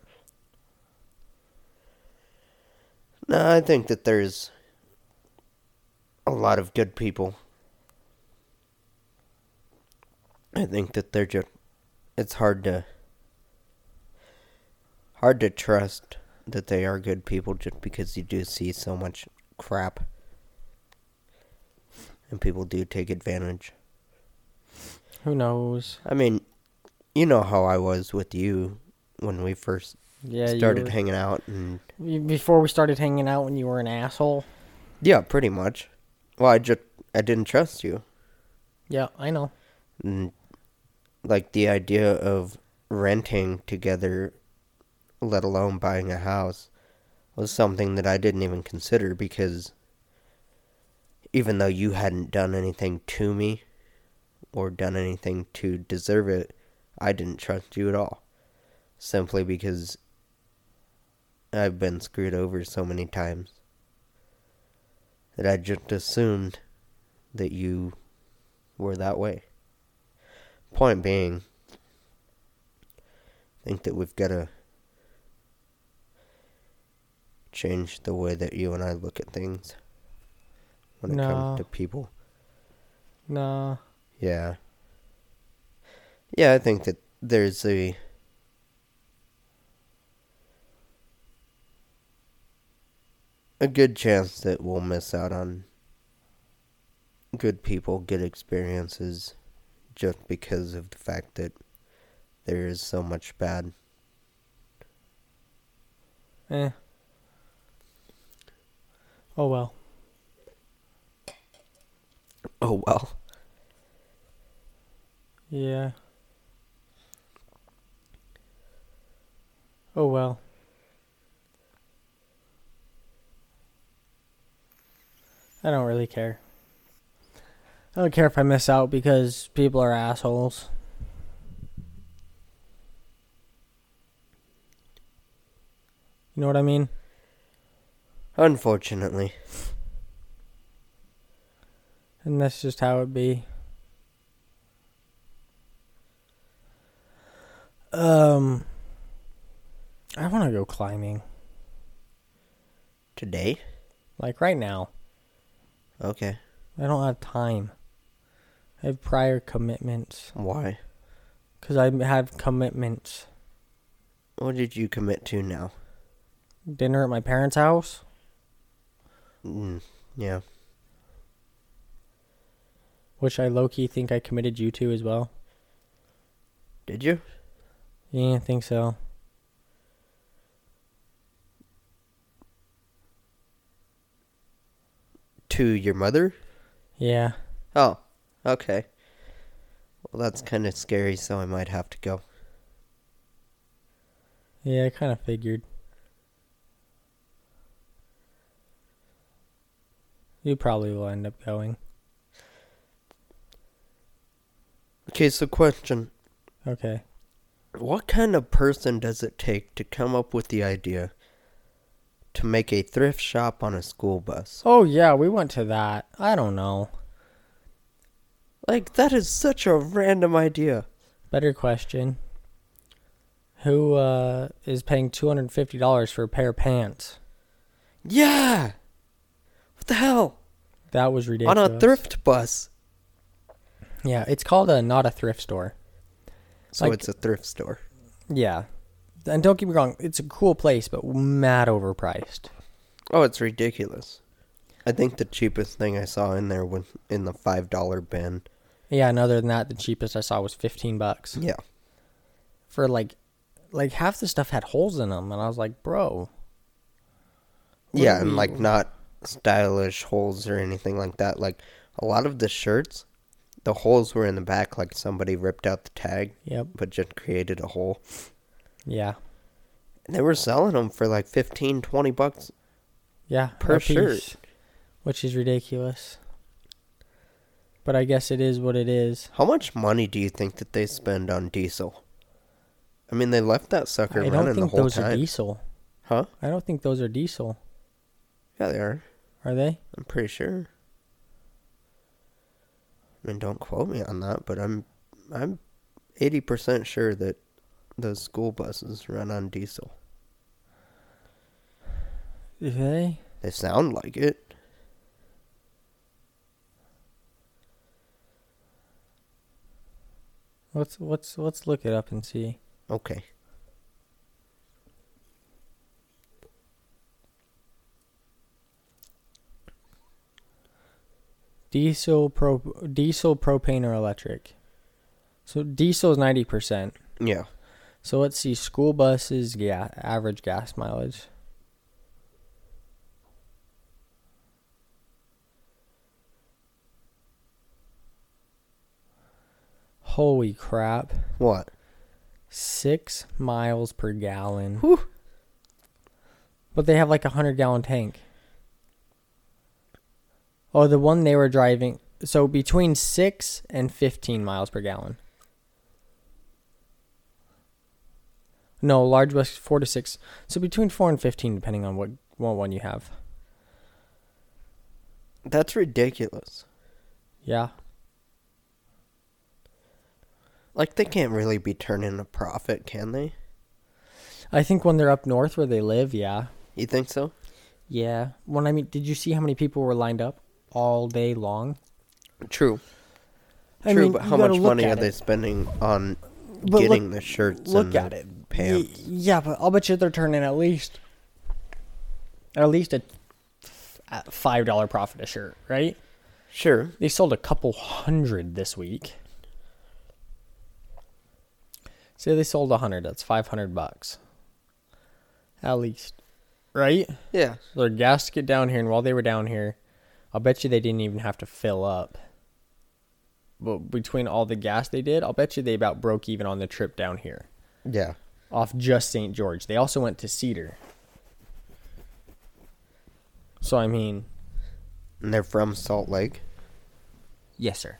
S2: No, I think that there's a lot of good people. I think that they're just it's hard to hard to trust that they are good people just because you do see so much crap. And people do take advantage.
S1: who knows?
S2: I mean, you know how I was with you when we first
S1: Yeah, you
S2: started
S1: were-
S2: hanging out and
S1: you- before we started hanging out when you were an asshole.
S2: yeah, pretty much. Well, I just I didn't trust you.
S1: Yeah, I know.
S2: n- like the idea of renting together, let alone buying a house, was something that I didn't even consider because even though you hadn't done anything to me or done anything to deserve it, I didn't trust you at all. Simply because I've been screwed over so many times that I just assumed that you were that way. Point being, think that we've got to change the way that you and I look at things when it
S1: No.
S2: comes to people.
S1: Nah.
S2: Yeah. Yeah, I think that there's a a good chance that we'll miss out on good people, good experiences just because of the fact that there is so much bad.
S1: Eh. Oh well.
S2: Oh well.
S1: Yeah. Oh well. I don't really care. I don't care if I miss out because people are assholes. You know what I mean?
S2: Unfortunately.
S1: And that's just how it be. Um, I want to go climbing,
S2: Today?
S1: like right now.
S2: Okay.
S1: I don't have time. I have prior commitments
S2: Why?
S1: because I have commitments.
S2: What did you commit to now?
S1: Dinner at my parents' house.
S2: Mm, yeah.
S1: Which I low key think I committed you to as well.
S2: Did you?
S1: Yeah, I think so.
S2: To your mother?
S1: Yeah.
S2: Oh, okay. Well, that's kind of scary, so I might have to go.
S1: Yeah, I kind of figured. You probably will end up going.
S2: Okay, so question.
S1: Okay.
S2: What kind of person does it take to come up with the idea to make a thrift shop on a school bus?
S1: Oh yeah, we went to that. I don't know.
S2: Like, that is such a random idea.
S1: Better question. Who uh is paying two hundred and fifty dollars for a pair of pants?
S2: Yeah! What the hell?
S1: That was ridiculous.
S2: On a thrift bus.
S1: Yeah, it's called a not a thrift store.
S2: So
S1: Like-
S2: it's a thrift store.
S1: Yeah. And don't get me wrong, it's a cool place, but mad overpriced.
S2: Oh, it's ridiculous. I think the cheapest thing I saw in there was in the $5 bin.
S1: Yeah, and other than that, the cheapest I saw was fifteen bucks
S2: Yeah.
S1: for like, like half the stuff had holes in them, and I was like, bro, What
S2: yeah,
S1: do
S2: and
S1: we-
S2: like not stylish holes or anything like that. Like a lot of the shirts, the holes were in the back, like somebody ripped out the tag,
S1: yep,
S2: but just created a hole.
S1: yeah,
S2: And they were selling them for like 15, 20 bucks.
S1: Yeah,
S2: Per
S1: a piece,
S2: shirt.
S1: which is ridiculous. But I guess it is what it is.
S2: How much money do you think that they spend on diesel? I mean, they left that sucker
S1: I don't
S2: running the
S1: think
S2: whole
S1: those are
S2: time.
S1: diesel.
S2: huh?
S1: I don't think those are diesel.
S2: Yeah, they are.
S1: Are they?
S2: I'm pretty sure. I mean, don't quote me on that, but I'm I'm 80% sure that those school buses run on diesel.
S1: Are they?
S2: They sound like it.
S1: Let's let's let's look it up and see.
S2: Okay.
S1: Diesel pro diesel propane or electric. So diesel's ninety percent.
S2: Yeah.
S1: So let's see. School buses, yeah, average gas mileage. Holy crap.
S2: What?
S1: Six miles per gallon.
S2: Whew.
S1: But they have like a hundred gallon tank. Oh, the one they were driving. So between six and fifteen miles per gallon. No, large bus four to six. So between four and fifteen, depending on what what one you have.
S2: That's ridiculous.
S1: Yeah.
S2: Like they can't really be turning a profit, can they?
S1: I think when they're up north where they live, yeah.
S2: You think so?
S1: Yeah. When I mean, did you see how many people were lined up all day long?
S2: True.
S1: I
S2: True,
S1: mean,
S2: but
S1: you
S2: how
S1: gotta
S2: much
S1: look
S2: money are
S1: at
S2: they
S1: it.
S2: spending on
S1: But
S2: getting
S1: look-
S2: the shirts
S1: Look
S2: and
S1: at
S2: the
S1: it. Y-
S2: pants?
S1: yeah, but I'll bet you they're turning at least, at least a a five dollar profit a shirt, right?
S2: Sure.
S1: They sold a couple hundred this week. Say they sold a hundred. That's five hundred bucks. At least, right?
S2: Yeah.
S1: Their gasket down here, and while they were down here, I'll bet you they didn't even have to fill up. But between all the gas they did, I'll bet you they about broke even on the trip down here
S2: Yeah.
S1: off just St. George. They also went to Cedar. So I mean,
S2: And they're from Salt Lake.
S1: yes, sir.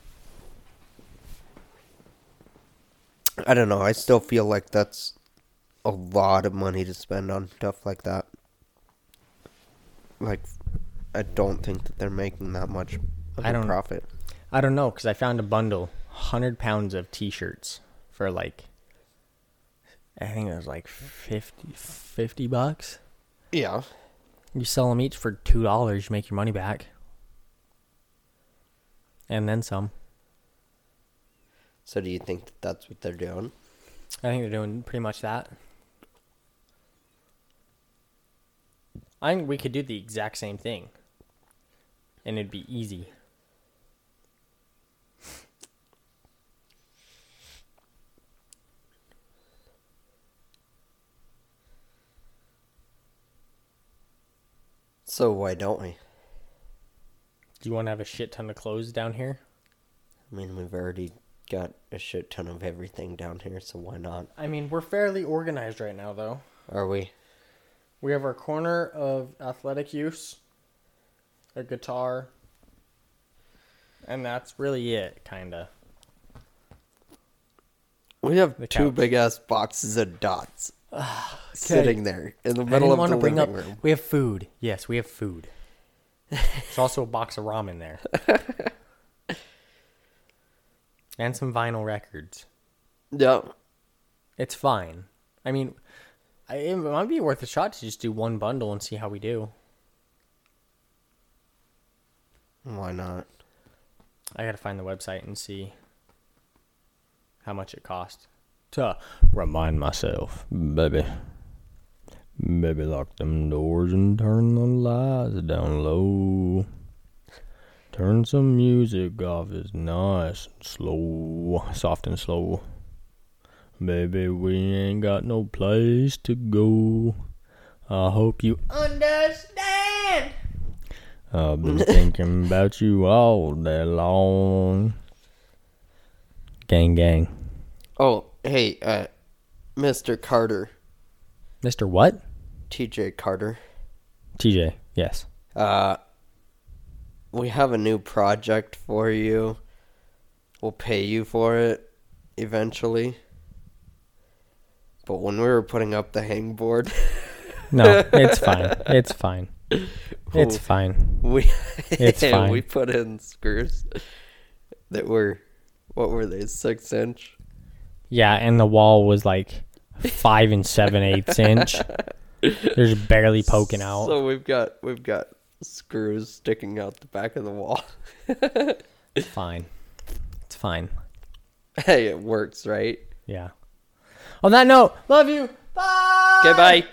S2: I don't know. I still feel like that's a lot of money to spend on stuff like that. Like, I don't think that they're making that much of
S1: I
S2: a
S1: don't-
S2: profit.
S1: I don't know because I found a bundle, hundred pounds of T-shirts for like, I think it was like 50, 50 bucks.
S2: Yeah.
S1: You sell them each for two dollars, you make your money back, and then some.
S2: So do you think that that's what they're doing?
S1: I think they're doing pretty much that. I think we could do the exact same thing. And it'd be easy.
S2: So why don't we?
S1: Do you want to have a shit ton of clothes down here?
S2: I mean, we've already got a shit ton of everything down here, so why not?
S1: I mean, we're fairly organized right now, though.
S2: Are we?
S1: We have our corner of athletic use, a guitar, and that's really it, kinda.
S2: We have
S1: The
S2: two
S1: couch.
S2: big ass boxes of [SIGHS] dots sitting there in the middle of the living room.
S1: We have food. Yes, we have food. [LAUGHS] There's also a box of ramen there. [LAUGHS] and some vinyl records.
S2: Yeah.
S1: It's fine. I mean, I, it might be worth a shot to just do one bundle and see how we do.
S2: Why not?
S1: I gotta find the website and see how much it cost. To remind myself, baby. Baby, lock them doors and turn the lights down low. Turn some music off, it's nice and slow, soft and slow. Baby, we ain't got no place to go. I hope you understand. I've been thinking about you all day long. Gang, gang.
S2: Oh, hey, uh, Mr. Carter,
S1: Mr. What?
S2: TJ Carter.
S1: TJ. [LAUGHS] Yes.
S2: Uh, we have a new project for you. We'll pay you for it eventually. But when we were putting up the hangboard, [LAUGHS]
S1: No, it's fine. It's fine. It's
S2: Ooh.
S1: fine.
S2: we
S1: It's fine.
S2: [LAUGHS] we put in screws that were what were they six inch?
S1: Yeah, and the wall was like five and seven eighths inch. There's barely poking out.
S2: So we've got we've got screws sticking out the back of the wall. [LAUGHS]
S1: It's fine. It's fine.
S2: hey, it works, right?
S1: Yeah. On that note, love you. Bye.
S2: Okay, bye.